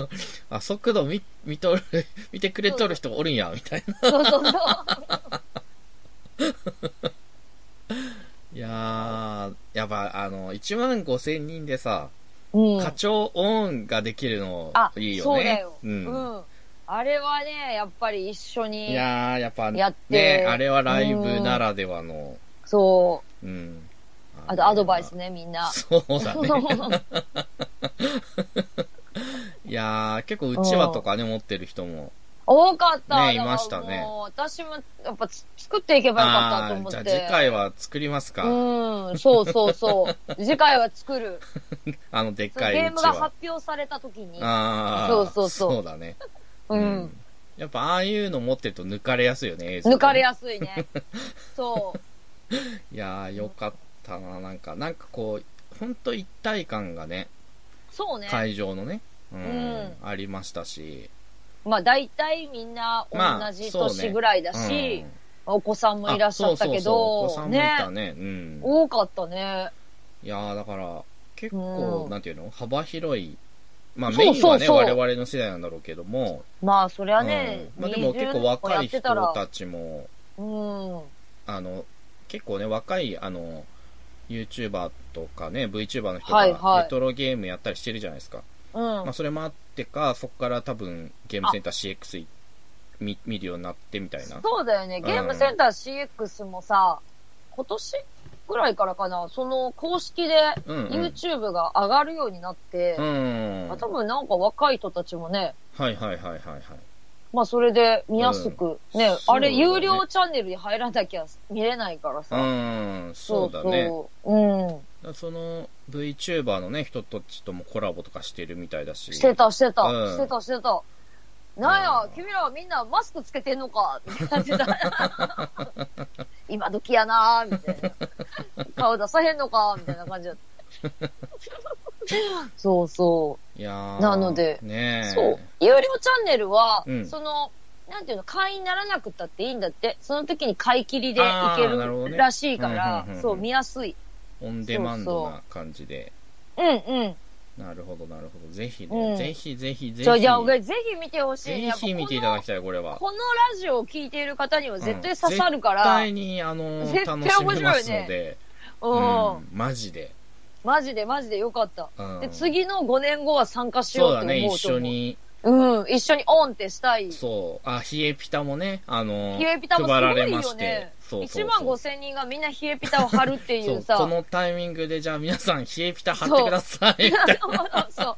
[SPEAKER 2] あ、速度見、見とる、 見てくれとる人がおるんや、みたいな。
[SPEAKER 1] そうそうそう。
[SPEAKER 2] いやー、やっぱ、あの、1万5千人でさ、
[SPEAKER 1] うん、
[SPEAKER 2] 課長オンができるの
[SPEAKER 1] あ、
[SPEAKER 2] いいよね。
[SPEAKER 1] そうだよ、
[SPEAKER 2] ん。
[SPEAKER 1] うん。あれはね、やっぱり一緒に。
[SPEAKER 2] いやー、やっぱ、
[SPEAKER 1] やって
[SPEAKER 2] ね、あれはライブならではの、
[SPEAKER 1] そう。
[SPEAKER 2] うん。
[SPEAKER 1] あとアドバイスね、
[SPEAKER 2] ね。
[SPEAKER 1] みんな。
[SPEAKER 2] そうだね。いやー、結構うちわとかね、持ってる人も。
[SPEAKER 1] 多かった。
[SPEAKER 2] ね
[SPEAKER 1] だから
[SPEAKER 2] いましたね
[SPEAKER 1] もう私も、やっぱつ作っていけばよかったと思
[SPEAKER 2] ー
[SPEAKER 1] っ
[SPEAKER 2] じゃ
[SPEAKER 1] て。
[SPEAKER 2] あ次回は作りますか。
[SPEAKER 1] うん、そうそう そう。次回は作る。
[SPEAKER 2] あの、でっ
[SPEAKER 1] その
[SPEAKER 2] か
[SPEAKER 1] ゲ
[SPEAKER 2] いう
[SPEAKER 1] ーム
[SPEAKER 2] ち
[SPEAKER 1] が
[SPEAKER 2] わ
[SPEAKER 1] 発。表された時に。
[SPEAKER 2] ああ。
[SPEAKER 1] そうそうそう
[SPEAKER 2] そうだね。
[SPEAKER 1] うん。。
[SPEAKER 2] やっぱ、ああいうの持ってると抜かれやすいよね、
[SPEAKER 1] 抜かれ
[SPEAKER 2] や
[SPEAKER 1] やすい ね。そう。
[SPEAKER 2] いやー、よかったな、なんか。なんかこう、ほんと一体感がね、
[SPEAKER 1] そうね。
[SPEAKER 2] 会場のね、うん、
[SPEAKER 1] うん
[SPEAKER 2] ありましたし。
[SPEAKER 1] まあ大体みんな
[SPEAKER 2] ま
[SPEAKER 1] 同
[SPEAKER 2] あ
[SPEAKER 1] じ
[SPEAKER 2] そうね
[SPEAKER 1] 年ぐらいだし、
[SPEAKER 2] うん
[SPEAKER 1] お子さんもいらっしゃったけど、
[SPEAKER 2] あそうそうそうお子さんもい
[SPEAKER 1] ね
[SPEAKER 2] たね。うん。
[SPEAKER 1] 多かったね。
[SPEAKER 2] いやー、だから、結構、
[SPEAKER 1] うん
[SPEAKER 2] なんていうの幅広い。まあ、
[SPEAKER 1] そう
[SPEAKER 2] メイン
[SPEAKER 1] そ
[SPEAKER 2] は
[SPEAKER 1] う
[SPEAKER 2] ね、
[SPEAKER 1] そう
[SPEAKER 2] 我々の世代なんだろうけども。
[SPEAKER 1] まあそりゃね、
[SPEAKER 2] うんまあ、でも
[SPEAKER 1] 20
[SPEAKER 2] 結構若い
[SPEAKER 1] やって
[SPEAKER 2] 人
[SPEAKER 1] たら
[SPEAKER 2] たちも、
[SPEAKER 1] うん。
[SPEAKER 2] あの、結構ね、若い、あの、YouTuber とかね、VTuber の人
[SPEAKER 1] はいは
[SPEAKER 2] が
[SPEAKER 1] い
[SPEAKER 2] レトロゲームやったりしてるじゃないですか。
[SPEAKER 1] うん
[SPEAKER 2] まあ、。それもあってか、そこから多分、ゲームセンター CX い見見るようになってみたいな。
[SPEAKER 1] そうだよね。ゲームセンター CX もさ、今年ぐらいからかな、その公式で
[SPEAKER 2] うんうん
[SPEAKER 1] YouTube が上がるようになって、
[SPEAKER 2] うん。
[SPEAKER 1] まあ
[SPEAKER 2] は
[SPEAKER 1] 多分なんか若い人たちもね、
[SPEAKER 2] いはいはいはいはい。
[SPEAKER 1] まあそれで見やすく、
[SPEAKER 2] うん
[SPEAKER 1] ね、
[SPEAKER 2] そう
[SPEAKER 1] あ
[SPEAKER 2] だ
[SPEAKER 1] れ
[SPEAKER 2] ね
[SPEAKER 1] 有料チャンネルに入らなきゃ見れないからさ。
[SPEAKER 2] うん、そうだね。
[SPEAKER 1] そうそう。
[SPEAKER 2] だからその VTuber のね、人たちともコラボとかしてるみたいだ
[SPEAKER 1] う
[SPEAKER 2] し。
[SPEAKER 1] ん。してた、してた、
[SPEAKER 2] うん
[SPEAKER 1] してた、してた。なん
[SPEAKER 2] う
[SPEAKER 1] や
[SPEAKER 2] ん、
[SPEAKER 1] 君らはみんなマスクつけてんのかって感じだ。 今時やなーみたいな。顔出さへんのかみたいな感じだ った。そうそ
[SPEAKER 2] いやー
[SPEAKER 1] なので
[SPEAKER 2] ね
[SPEAKER 1] う。
[SPEAKER 2] え。
[SPEAKER 1] そう。有料チャンネルは、
[SPEAKER 2] うん
[SPEAKER 1] その、なんていうの、会員にならなくったっていいんだって、その時に買い切りでいけ
[SPEAKER 2] あーなるほど
[SPEAKER 1] る
[SPEAKER 2] ね
[SPEAKER 1] らしいから
[SPEAKER 2] うんうんうんう、ん
[SPEAKER 1] そう、見やすい。
[SPEAKER 2] オンデマンドな感じで。
[SPEAKER 1] うんうん。
[SPEAKER 2] なるほど、なるほど。ぜひ
[SPEAKER 1] う
[SPEAKER 2] ね、
[SPEAKER 1] ん
[SPEAKER 2] ぜひぜひぜ
[SPEAKER 1] じゃあ、いや、
[SPEAKER 2] ひ。
[SPEAKER 1] 俺ぜひ見てほしいね。
[SPEAKER 2] ぜ
[SPEAKER 1] やっぱこ
[SPEAKER 2] ひ
[SPEAKER 1] の
[SPEAKER 2] 見ていただきたい、これは。
[SPEAKER 1] このラジオを聞いている方には絶対刺さるか
[SPEAKER 2] 絶
[SPEAKER 1] ら、
[SPEAKER 2] 対に、あの、
[SPEAKER 1] 絶
[SPEAKER 2] 楽
[SPEAKER 1] 対面
[SPEAKER 2] し
[SPEAKER 1] 白い
[SPEAKER 2] め
[SPEAKER 1] ね
[SPEAKER 2] ますので。
[SPEAKER 1] うん、
[SPEAKER 2] ん。マジで。
[SPEAKER 1] マジでマジでよかった。
[SPEAKER 2] うん
[SPEAKER 1] で、次の5年後は参加しよ
[SPEAKER 2] そうう
[SPEAKER 1] と
[SPEAKER 2] だ
[SPEAKER 1] 思うと
[SPEAKER 2] ね、
[SPEAKER 1] 思う。
[SPEAKER 2] 一緒。に。
[SPEAKER 1] うん、一緒にオンってしたい。
[SPEAKER 2] そう。あ、ヒエピタもね、あの、
[SPEAKER 1] ヒエピタもすごいよね
[SPEAKER 2] 配られまして。そうそうそう。
[SPEAKER 1] 1万5千人がみんな冷えピタを貼るってい
[SPEAKER 2] そうう
[SPEAKER 1] さ。
[SPEAKER 2] このタイミングで、じゃあ皆さん、冷えピタ貼ってください。
[SPEAKER 1] そ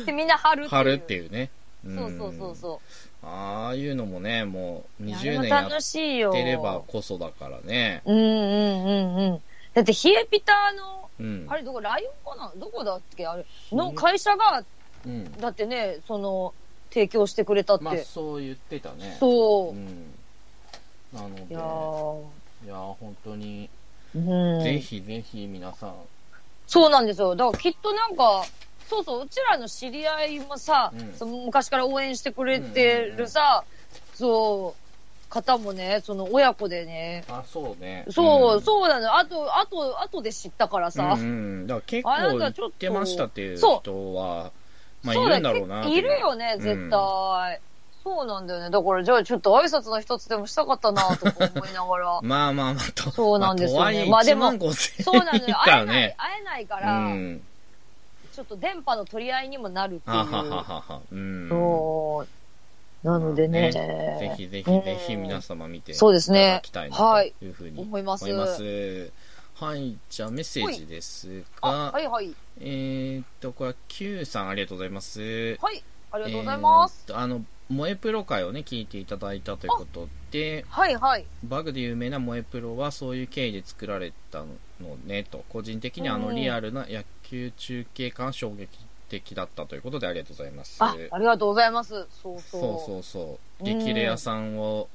[SPEAKER 1] う。で、みんな貼るっていう。
[SPEAKER 2] 貼るっていうね。ん
[SPEAKER 1] そうそうそうそう。
[SPEAKER 2] ああいうのもね、もう
[SPEAKER 1] いやあれ
[SPEAKER 2] 20年
[SPEAKER 1] は
[SPEAKER 2] や
[SPEAKER 1] 楽
[SPEAKER 2] っ
[SPEAKER 1] しいよ。
[SPEAKER 2] てればこそだからね。
[SPEAKER 1] うんうんうんうん。だって冷えピタの、
[SPEAKER 2] うん。
[SPEAKER 1] あれどこ、ライオンかなどこだっけあれ。
[SPEAKER 2] う
[SPEAKER 1] の
[SPEAKER 2] ん
[SPEAKER 1] 会社が
[SPEAKER 2] うん。
[SPEAKER 1] だってね、その、提供してくれたって。
[SPEAKER 2] まあ、そう言ってたね。
[SPEAKER 1] そうう。
[SPEAKER 2] ん。なので、
[SPEAKER 1] いやー
[SPEAKER 2] いやー本当に、
[SPEAKER 1] うん。
[SPEAKER 2] ぜひぜひ皆さん。
[SPEAKER 1] そうなんですよ。だからきっとなんか、そうそう、うちらの知り合いもさ、
[SPEAKER 2] うん
[SPEAKER 1] その昔から応援してくれてるさ、そう、方もね、その親子でね、
[SPEAKER 2] あ、そうね。
[SPEAKER 1] そう、
[SPEAKER 2] ん
[SPEAKER 1] そうなの。あと、あと、あとで知ったからさ、
[SPEAKER 2] うんうん。だから結
[SPEAKER 1] あなん
[SPEAKER 2] 構
[SPEAKER 1] かちょ
[SPEAKER 2] 言
[SPEAKER 1] っ
[SPEAKER 2] っ
[SPEAKER 1] と
[SPEAKER 2] てましたっていう
[SPEAKER 1] そう
[SPEAKER 2] 人は、まあ、い
[SPEAKER 1] そう
[SPEAKER 2] るんだろうな。
[SPEAKER 1] けいるよね、絶対。
[SPEAKER 2] うん
[SPEAKER 1] そうなんだよね。だから、じゃあちょっと挨拶の一つでもしたかったな、とか思いなが ら。
[SPEAKER 2] まあまあまあ、と。
[SPEAKER 1] そうなんですよねま
[SPEAKER 2] ま
[SPEAKER 1] あ
[SPEAKER 2] あ、
[SPEAKER 1] で
[SPEAKER 2] で
[SPEAKER 1] も
[SPEAKER 2] も、1万5000
[SPEAKER 1] そうなのよ。
[SPEAKER 2] か
[SPEAKER 1] 会え
[SPEAKER 2] ら
[SPEAKER 1] ない、
[SPEAKER 2] ね。
[SPEAKER 1] 会えないか
[SPEAKER 2] う
[SPEAKER 1] ら、
[SPEAKER 2] ん。
[SPEAKER 1] ちょっと電波の取り合いにもなるっていう。
[SPEAKER 2] ははははは。うん。
[SPEAKER 1] そう。なのでね。
[SPEAKER 2] まぜひぜひぜひ皆様見ていただきたいなというふうに思います。
[SPEAKER 1] うんそうです
[SPEAKER 2] はい、じゃあメッセージです
[SPEAKER 1] あ、
[SPEAKER 2] が、
[SPEAKER 1] はいはい。
[SPEAKER 2] えーっと、これは Q さんありがとうございます。
[SPEAKER 1] はい。あ
[SPEAKER 2] あ
[SPEAKER 1] りがとうございます。。
[SPEAKER 2] あの、萌えプロ会をね、聞いていただいたということで、
[SPEAKER 1] はいはい。
[SPEAKER 2] バグで有名な萌えプロはそういう経緯で作られたのねと個人的にあのリアルな野球中継感は衝撃的だったということでありがとうございます。
[SPEAKER 1] あ、ありがとうございます。そうそう。
[SPEAKER 2] そうそうそう。
[SPEAKER 1] うん
[SPEAKER 2] 激レアさんを、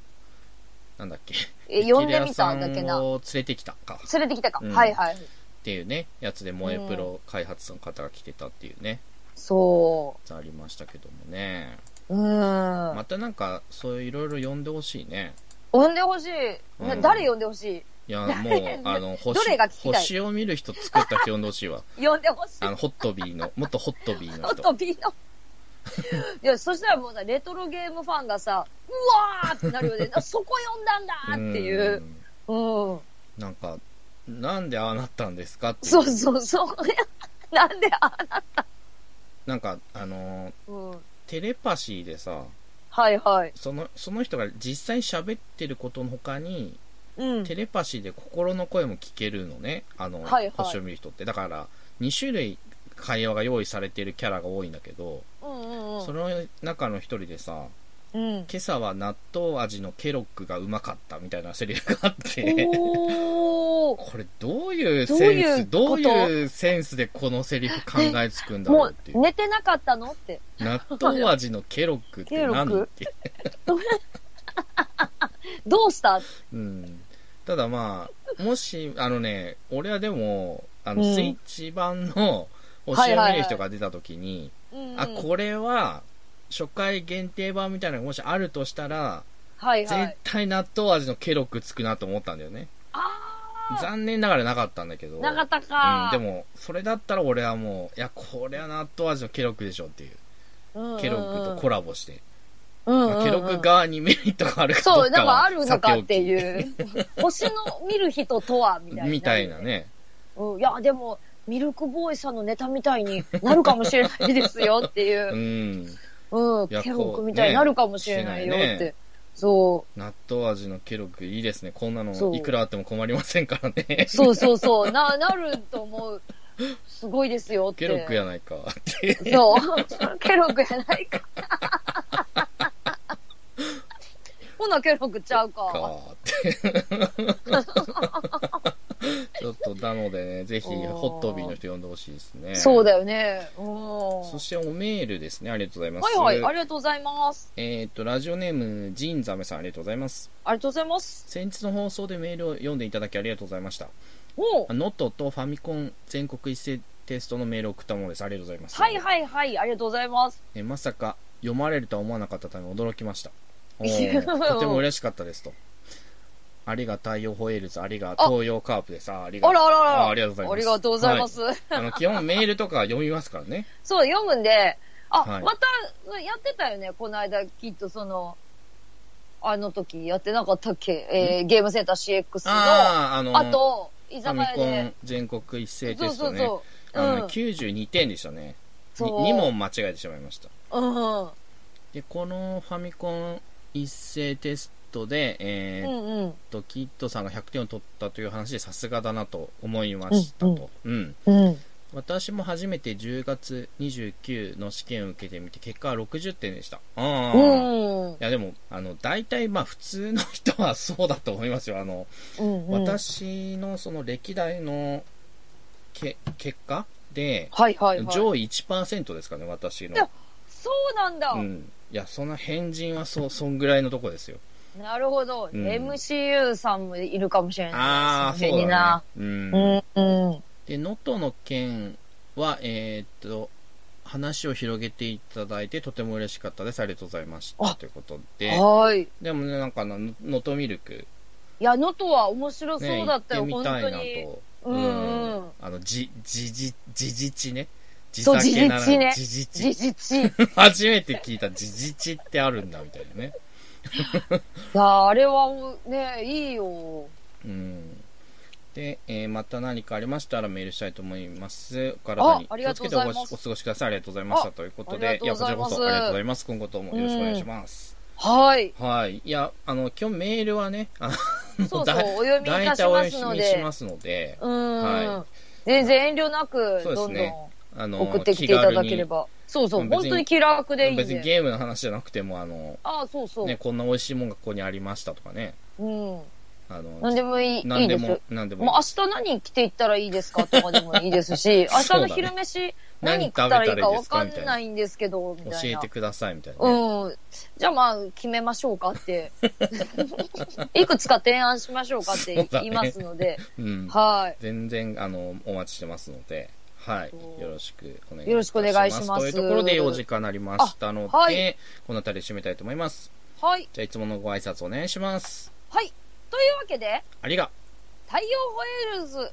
[SPEAKER 2] なんだっけ。
[SPEAKER 1] え、呼んでみたんだっけな。
[SPEAKER 2] 激レアさん
[SPEAKER 1] 連
[SPEAKER 2] を連れてきたか。っ
[SPEAKER 1] れてきたか。
[SPEAKER 2] うん
[SPEAKER 1] はいはい。
[SPEAKER 2] ていうね、やつで萌えプロ開発の方が来てたっていうね、
[SPEAKER 1] そ
[SPEAKER 2] ありましたけどもね。
[SPEAKER 1] う。うーん
[SPEAKER 2] ま。たなんか、そういろいろ呼んでほしいね。
[SPEAKER 1] 呼んでほしい。な
[SPEAKER 2] うん
[SPEAKER 1] 誰呼んでほし
[SPEAKER 2] い や、もう、あの、星、
[SPEAKER 1] どれが聞きたい
[SPEAKER 2] 星を見る人作った人呼んでほしいわ。
[SPEAKER 1] い呼んでほしい
[SPEAKER 2] あ。の、ホットビ ーの、もっとホットビーの
[SPEAKER 1] ちょっと。
[SPEAKER 2] 人
[SPEAKER 1] ビの。いや、そしたらもうさ、レトロゲームファンがさ、うわーってなる よね。あそこ呼んだんだーっていう。
[SPEAKER 2] ん。
[SPEAKER 1] うん。
[SPEAKER 2] なんか、なんでああなったんですかっていう
[SPEAKER 1] そうそうそう。 なんで、あ、
[SPEAKER 2] なんか、あのー、
[SPEAKER 1] うん。
[SPEAKER 2] テレパシーでさ、
[SPEAKER 1] はいはい。
[SPEAKER 2] その、その人が実際喋ってることの他に、
[SPEAKER 1] うん。
[SPEAKER 2] テレパシーで心の声も聞けるのね。あの、
[SPEAKER 1] はいはい
[SPEAKER 2] 星を見る人って。だから、2種類会話が用意されてるキャラが多いんだけど、
[SPEAKER 1] うんうんうん
[SPEAKER 2] その中の一人でさ、
[SPEAKER 1] うん。
[SPEAKER 2] 今朝は納豆味のケロックがうまかったみたいなセリフがあ って、
[SPEAKER 1] おー。
[SPEAKER 2] これどういう
[SPEAKER 1] どう
[SPEAKER 2] セ
[SPEAKER 1] い
[SPEAKER 2] ン
[SPEAKER 1] う
[SPEAKER 2] ス、ど
[SPEAKER 1] こ
[SPEAKER 2] う
[SPEAKER 1] と
[SPEAKER 2] いうセンスでこのセリフ考えつくんだ
[SPEAKER 1] も
[SPEAKER 2] ろう
[SPEAKER 1] う
[SPEAKER 2] っていう。
[SPEAKER 1] 寝てなかったのって。
[SPEAKER 2] 納豆味のケロックって
[SPEAKER 1] ケロ
[SPEAKER 2] 何
[SPEAKER 1] ック
[SPEAKER 2] って。
[SPEAKER 1] どうした
[SPEAKER 2] うん。ただまあ、もし、あのね、俺はでも、あの、
[SPEAKER 1] うん
[SPEAKER 2] スイッチ版の
[SPEAKER 1] は
[SPEAKER 2] 星
[SPEAKER 1] い
[SPEAKER 2] を
[SPEAKER 1] はいはい
[SPEAKER 2] 見る人が出た時に、
[SPEAKER 1] うんうん
[SPEAKER 2] あ、これは、初回限定版みたいなのがもしあるとしたら、
[SPEAKER 1] はいは
[SPEAKER 2] 絶
[SPEAKER 1] い。
[SPEAKER 2] 対納豆味のケロックつくなと思ったんだよね。
[SPEAKER 1] あ
[SPEAKER 2] 残念ながらなかったんだけ
[SPEAKER 1] ー。
[SPEAKER 2] ど。
[SPEAKER 1] なかった
[SPEAKER 2] うん
[SPEAKER 1] か、。
[SPEAKER 2] でも、それだったら俺はもう、いや、これは納豆味のケロックでしょっていう。
[SPEAKER 1] も
[SPEAKER 2] ケロックとコラボして。
[SPEAKER 1] うんうんうん、
[SPEAKER 2] まあケロック側にメリットがあるかど
[SPEAKER 1] そう、
[SPEAKER 2] う
[SPEAKER 1] な
[SPEAKER 2] か
[SPEAKER 1] んか
[SPEAKER 2] は
[SPEAKER 1] あるのかって
[SPEAKER 2] さて
[SPEAKER 1] いう。星の見る人とは、み
[SPEAKER 2] おき
[SPEAKER 1] たいな。
[SPEAKER 2] みたいな。ね。
[SPEAKER 1] うん、いや、でも、ミルクボーイさんのネタみたいになるかもしれないですよっていうう。
[SPEAKER 2] ん。
[SPEAKER 1] うん、
[SPEAKER 2] いや
[SPEAKER 1] ケロックみたいになるかもしれないよって。
[SPEAKER 2] こうね
[SPEAKER 1] そ
[SPEAKER 2] 納豆味のケロックいいですね。こんな
[SPEAKER 1] そ
[SPEAKER 2] の
[SPEAKER 1] う
[SPEAKER 2] いくらあっても困りませんからね
[SPEAKER 1] う、。そうそうそう、な、なると思う。すごいですよって。
[SPEAKER 2] ケロックやないかっていう。
[SPEAKER 1] そう。ケロックやない か。ほな、ケロックちゃうか。
[SPEAKER 2] かって。 ちょっと、なのでね、ぜひ、
[SPEAKER 1] おー
[SPEAKER 2] ホットビーの人呼んでほしいですね。
[SPEAKER 1] そうだ
[SPEAKER 2] よ。
[SPEAKER 1] よね。うん。
[SPEAKER 2] そして、おメールですね。ありがとうございます。
[SPEAKER 1] はいはい、ありがとうございます。
[SPEAKER 2] えっ、と、ラジオネーム、ジンザメさん、ありがとうございます。
[SPEAKER 1] ありがとうございます。
[SPEAKER 2] 先日の放送でメールを読んでいただきありがとうございました。
[SPEAKER 1] おう
[SPEAKER 2] あノットとファミコン全国一斉テストのメールを送ったものです。ありがとうございます。
[SPEAKER 1] はいはいはい、ありがとうございます。
[SPEAKER 2] えまさか読まれるとは思わなかったため驚き ました。お
[SPEAKER 1] いや
[SPEAKER 2] ーとても嬉しかったですと。ありが太陽ホエールズ、ありが
[SPEAKER 1] あ
[SPEAKER 2] 東洋カープです。あありが
[SPEAKER 1] あらあらあら。
[SPEAKER 2] あありがとうございます
[SPEAKER 1] ありがとうございます。
[SPEAKER 2] あの基本メールとか読みますから ね。
[SPEAKER 1] そう、読むんで、あ、
[SPEAKER 2] はい
[SPEAKER 1] また、やってたよね、この間、きっとその、あの時、やってなかったっけえー、ゲームセンター CX の、
[SPEAKER 2] ああ、あの、
[SPEAKER 1] あと、居
[SPEAKER 2] フ
[SPEAKER 1] 酒
[SPEAKER 2] ァミ
[SPEAKER 1] 屋
[SPEAKER 2] コン
[SPEAKER 1] で、
[SPEAKER 2] 全国一斉
[SPEAKER 1] そ
[SPEAKER 2] テ
[SPEAKER 1] う
[SPEAKER 2] ス
[SPEAKER 1] そ
[SPEAKER 2] ト
[SPEAKER 1] う
[SPEAKER 2] ね。
[SPEAKER 1] そ
[SPEAKER 2] あ
[SPEAKER 1] うん
[SPEAKER 2] の92点でしたね。
[SPEAKER 1] そう
[SPEAKER 2] 2, 問間違えてしまいました。
[SPEAKER 1] う。うん。
[SPEAKER 2] で、このファミコン一斉テストで、えー、
[SPEAKER 1] うんうん。
[SPEAKER 2] えっとキッドさんが100点を取ったという話でさすがだなと思いましたと、うん
[SPEAKER 1] うん。
[SPEAKER 2] 私も初めて10月29の試験を受けてみて結果は60点でしたああ、い
[SPEAKER 1] うん。
[SPEAKER 2] やでもあの大体まあ普通の人はそうだと思いますよあの、
[SPEAKER 1] うん。
[SPEAKER 2] 私のその歴代のけ結果で
[SPEAKER 1] はいはいはい。
[SPEAKER 2] 上位1%ですかね私の
[SPEAKER 1] いやそうなんだ
[SPEAKER 2] う。んいやその変人はそそんぐらいのとこですよ
[SPEAKER 1] なるほど。
[SPEAKER 2] うん
[SPEAKER 1] MCU さんもいるかもしれない。
[SPEAKER 2] ああ
[SPEAKER 1] その
[SPEAKER 2] そ
[SPEAKER 1] 辺
[SPEAKER 2] う
[SPEAKER 1] に
[SPEAKER 2] だ
[SPEAKER 1] な
[SPEAKER 2] ねうん
[SPEAKER 1] うん。うん。
[SPEAKER 2] で、能登の件は、えーっと、話を広げていただいてとても嬉しかったです。ありがとうございまし
[SPEAKER 1] あ
[SPEAKER 2] た。ということで。
[SPEAKER 1] はい。
[SPEAKER 2] でもね、なんかあの、能登ミルク、
[SPEAKER 1] いや、能登は面白
[SPEAKER 2] ね、
[SPEAKER 1] そうだったよ、
[SPEAKER 2] 行っ
[SPEAKER 1] 本
[SPEAKER 2] てみ
[SPEAKER 1] 当
[SPEAKER 2] たいな
[SPEAKER 1] に。
[SPEAKER 2] と。
[SPEAKER 1] うんうん
[SPEAKER 2] あの、じ、じじ、じじちね。地
[SPEAKER 1] そう
[SPEAKER 2] 酒ならぬ
[SPEAKER 1] 地
[SPEAKER 2] じじち。
[SPEAKER 1] じじち。い
[SPEAKER 2] 初めて聞いたじじちってあるんだ、みたいなね。
[SPEAKER 1] や、あれはね、いいよ。
[SPEAKER 2] うん。で、えーまた何かありましたらメールしたいと思います。お体に
[SPEAKER 1] ああり
[SPEAKER 2] 気を
[SPEAKER 1] が
[SPEAKER 2] つ
[SPEAKER 1] とう
[SPEAKER 2] け
[SPEAKER 1] ご
[SPEAKER 2] てお
[SPEAKER 1] ざい
[SPEAKER 2] 過
[SPEAKER 1] ます
[SPEAKER 2] ごしお過ごしください。ありがとうございました。ということ
[SPEAKER 1] あ
[SPEAKER 2] で、
[SPEAKER 1] りがとうございます
[SPEAKER 2] やこちらこそありがとうございます。今後ともよろしくお願いします。
[SPEAKER 1] はい。
[SPEAKER 2] はい。いや、あの、今日メールはね、あの、
[SPEAKER 1] そうそう
[SPEAKER 2] だい
[SPEAKER 1] お読みいたしますので
[SPEAKER 2] 大体お読みしますので、
[SPEAKER 1] うん
[SPEAKER 2] は。
[SPEAKER 1] 全然遠慮なく、
[SPEAKER 2] そうで
[SPEAKER 1] ど
[SPEAKER 2] す
[SPEAKER 1] んどん
[SPEAKER 2] ねあの、
[SPEAKER 1] 送ってきていただけれ
[SPEAKER 2] 気
[SPEAKER 1] ば。そうそう、
[SPEAKER 2] 別に
[SPEAKER 1] 本当に気楽
[SPEAKER 2] 軽
[SPEAKER 1] でい
[SPEAKER 2] に。
[SPEAKER 1] いん
[SPEAKER 2] 別に
[SPEAKER 1] で。
[SPEAKER 2] ゲームの話じゃなくても、あの、
[SPEAKER 1] ああ、そうそう
[SPEAKER 2] ね、。こんな美味しいもんがここにありましたとかね、
[SPEAKER 1] うん。
[SPEAKER 2] あの、
[SPEAKER 1] 何でもいい、い
[SPEAKER 2] 何
[SPEAKER 1] い
[SPEAKER 2] で
[SPEAKER 1] ですよ
[SPEAKER 2] も。、何でも いい
[SPEAKER 1] もう明日何着ていったらいいですかとかでもいいですし、明日
[SPEAKER 2] そうだ
[SPEAKER 1] の
[SPEAKER 2] ね
[SPEAKER 1] 昼飯何食
[SPEAKER 2] 何食べ
[SPEAKER 1] った
[SPEAKER 2] た
[SPEAKER 1] ら
[SPEAKER 2] ら
[SPEAKER 1] い
[SPEAKER 2] い
[SPEAKER 1] いか
[SPEAKER 2] いで
[SPEAKER 1] わ
[SPEAKER 2] すか
[SPEAKER 1] か
[SPEAKER 2] みた
[SPEAKER 1] んな
[SPEAKER 2] いな。
[SPEAKER 1] いんですけど、み
[SPEAKER 2] 教
[SPEAKER 1] たい
[SPEAKER 2] え
[SPEAKER 1] な。
[SPEAKER 2] てくださいみたいなね、
[SPEAKER 1] うん。じゃあまあ、決めましょうかって。 いくつか提案しましょうかって言いますので、
[SPEAKER 2] うん
[SPEAKER 1] はい。
[SPEAKER 2] 全然、あの、お待ちしてますので、はい
[SPEAKER 1] そ。う
[SPEAKER 2] よろしくお願いいたします。
[SPEAKER 1] よろしくお願いします
[SPEAKER 2] というところでお時間になりましたので、
[SPEAKER 1] あはい
[SPEAKER 2] この辺りで締めたいと思います。
[SPEAKER 1] はい。
[SPEAKER 2] じゃあ、いつものご挨拶お願いします。
[SPEAKER 1] はい。というわけで、
[SPEAKER 2] ありが
[SPEAKER 1] 太陽ホエールズ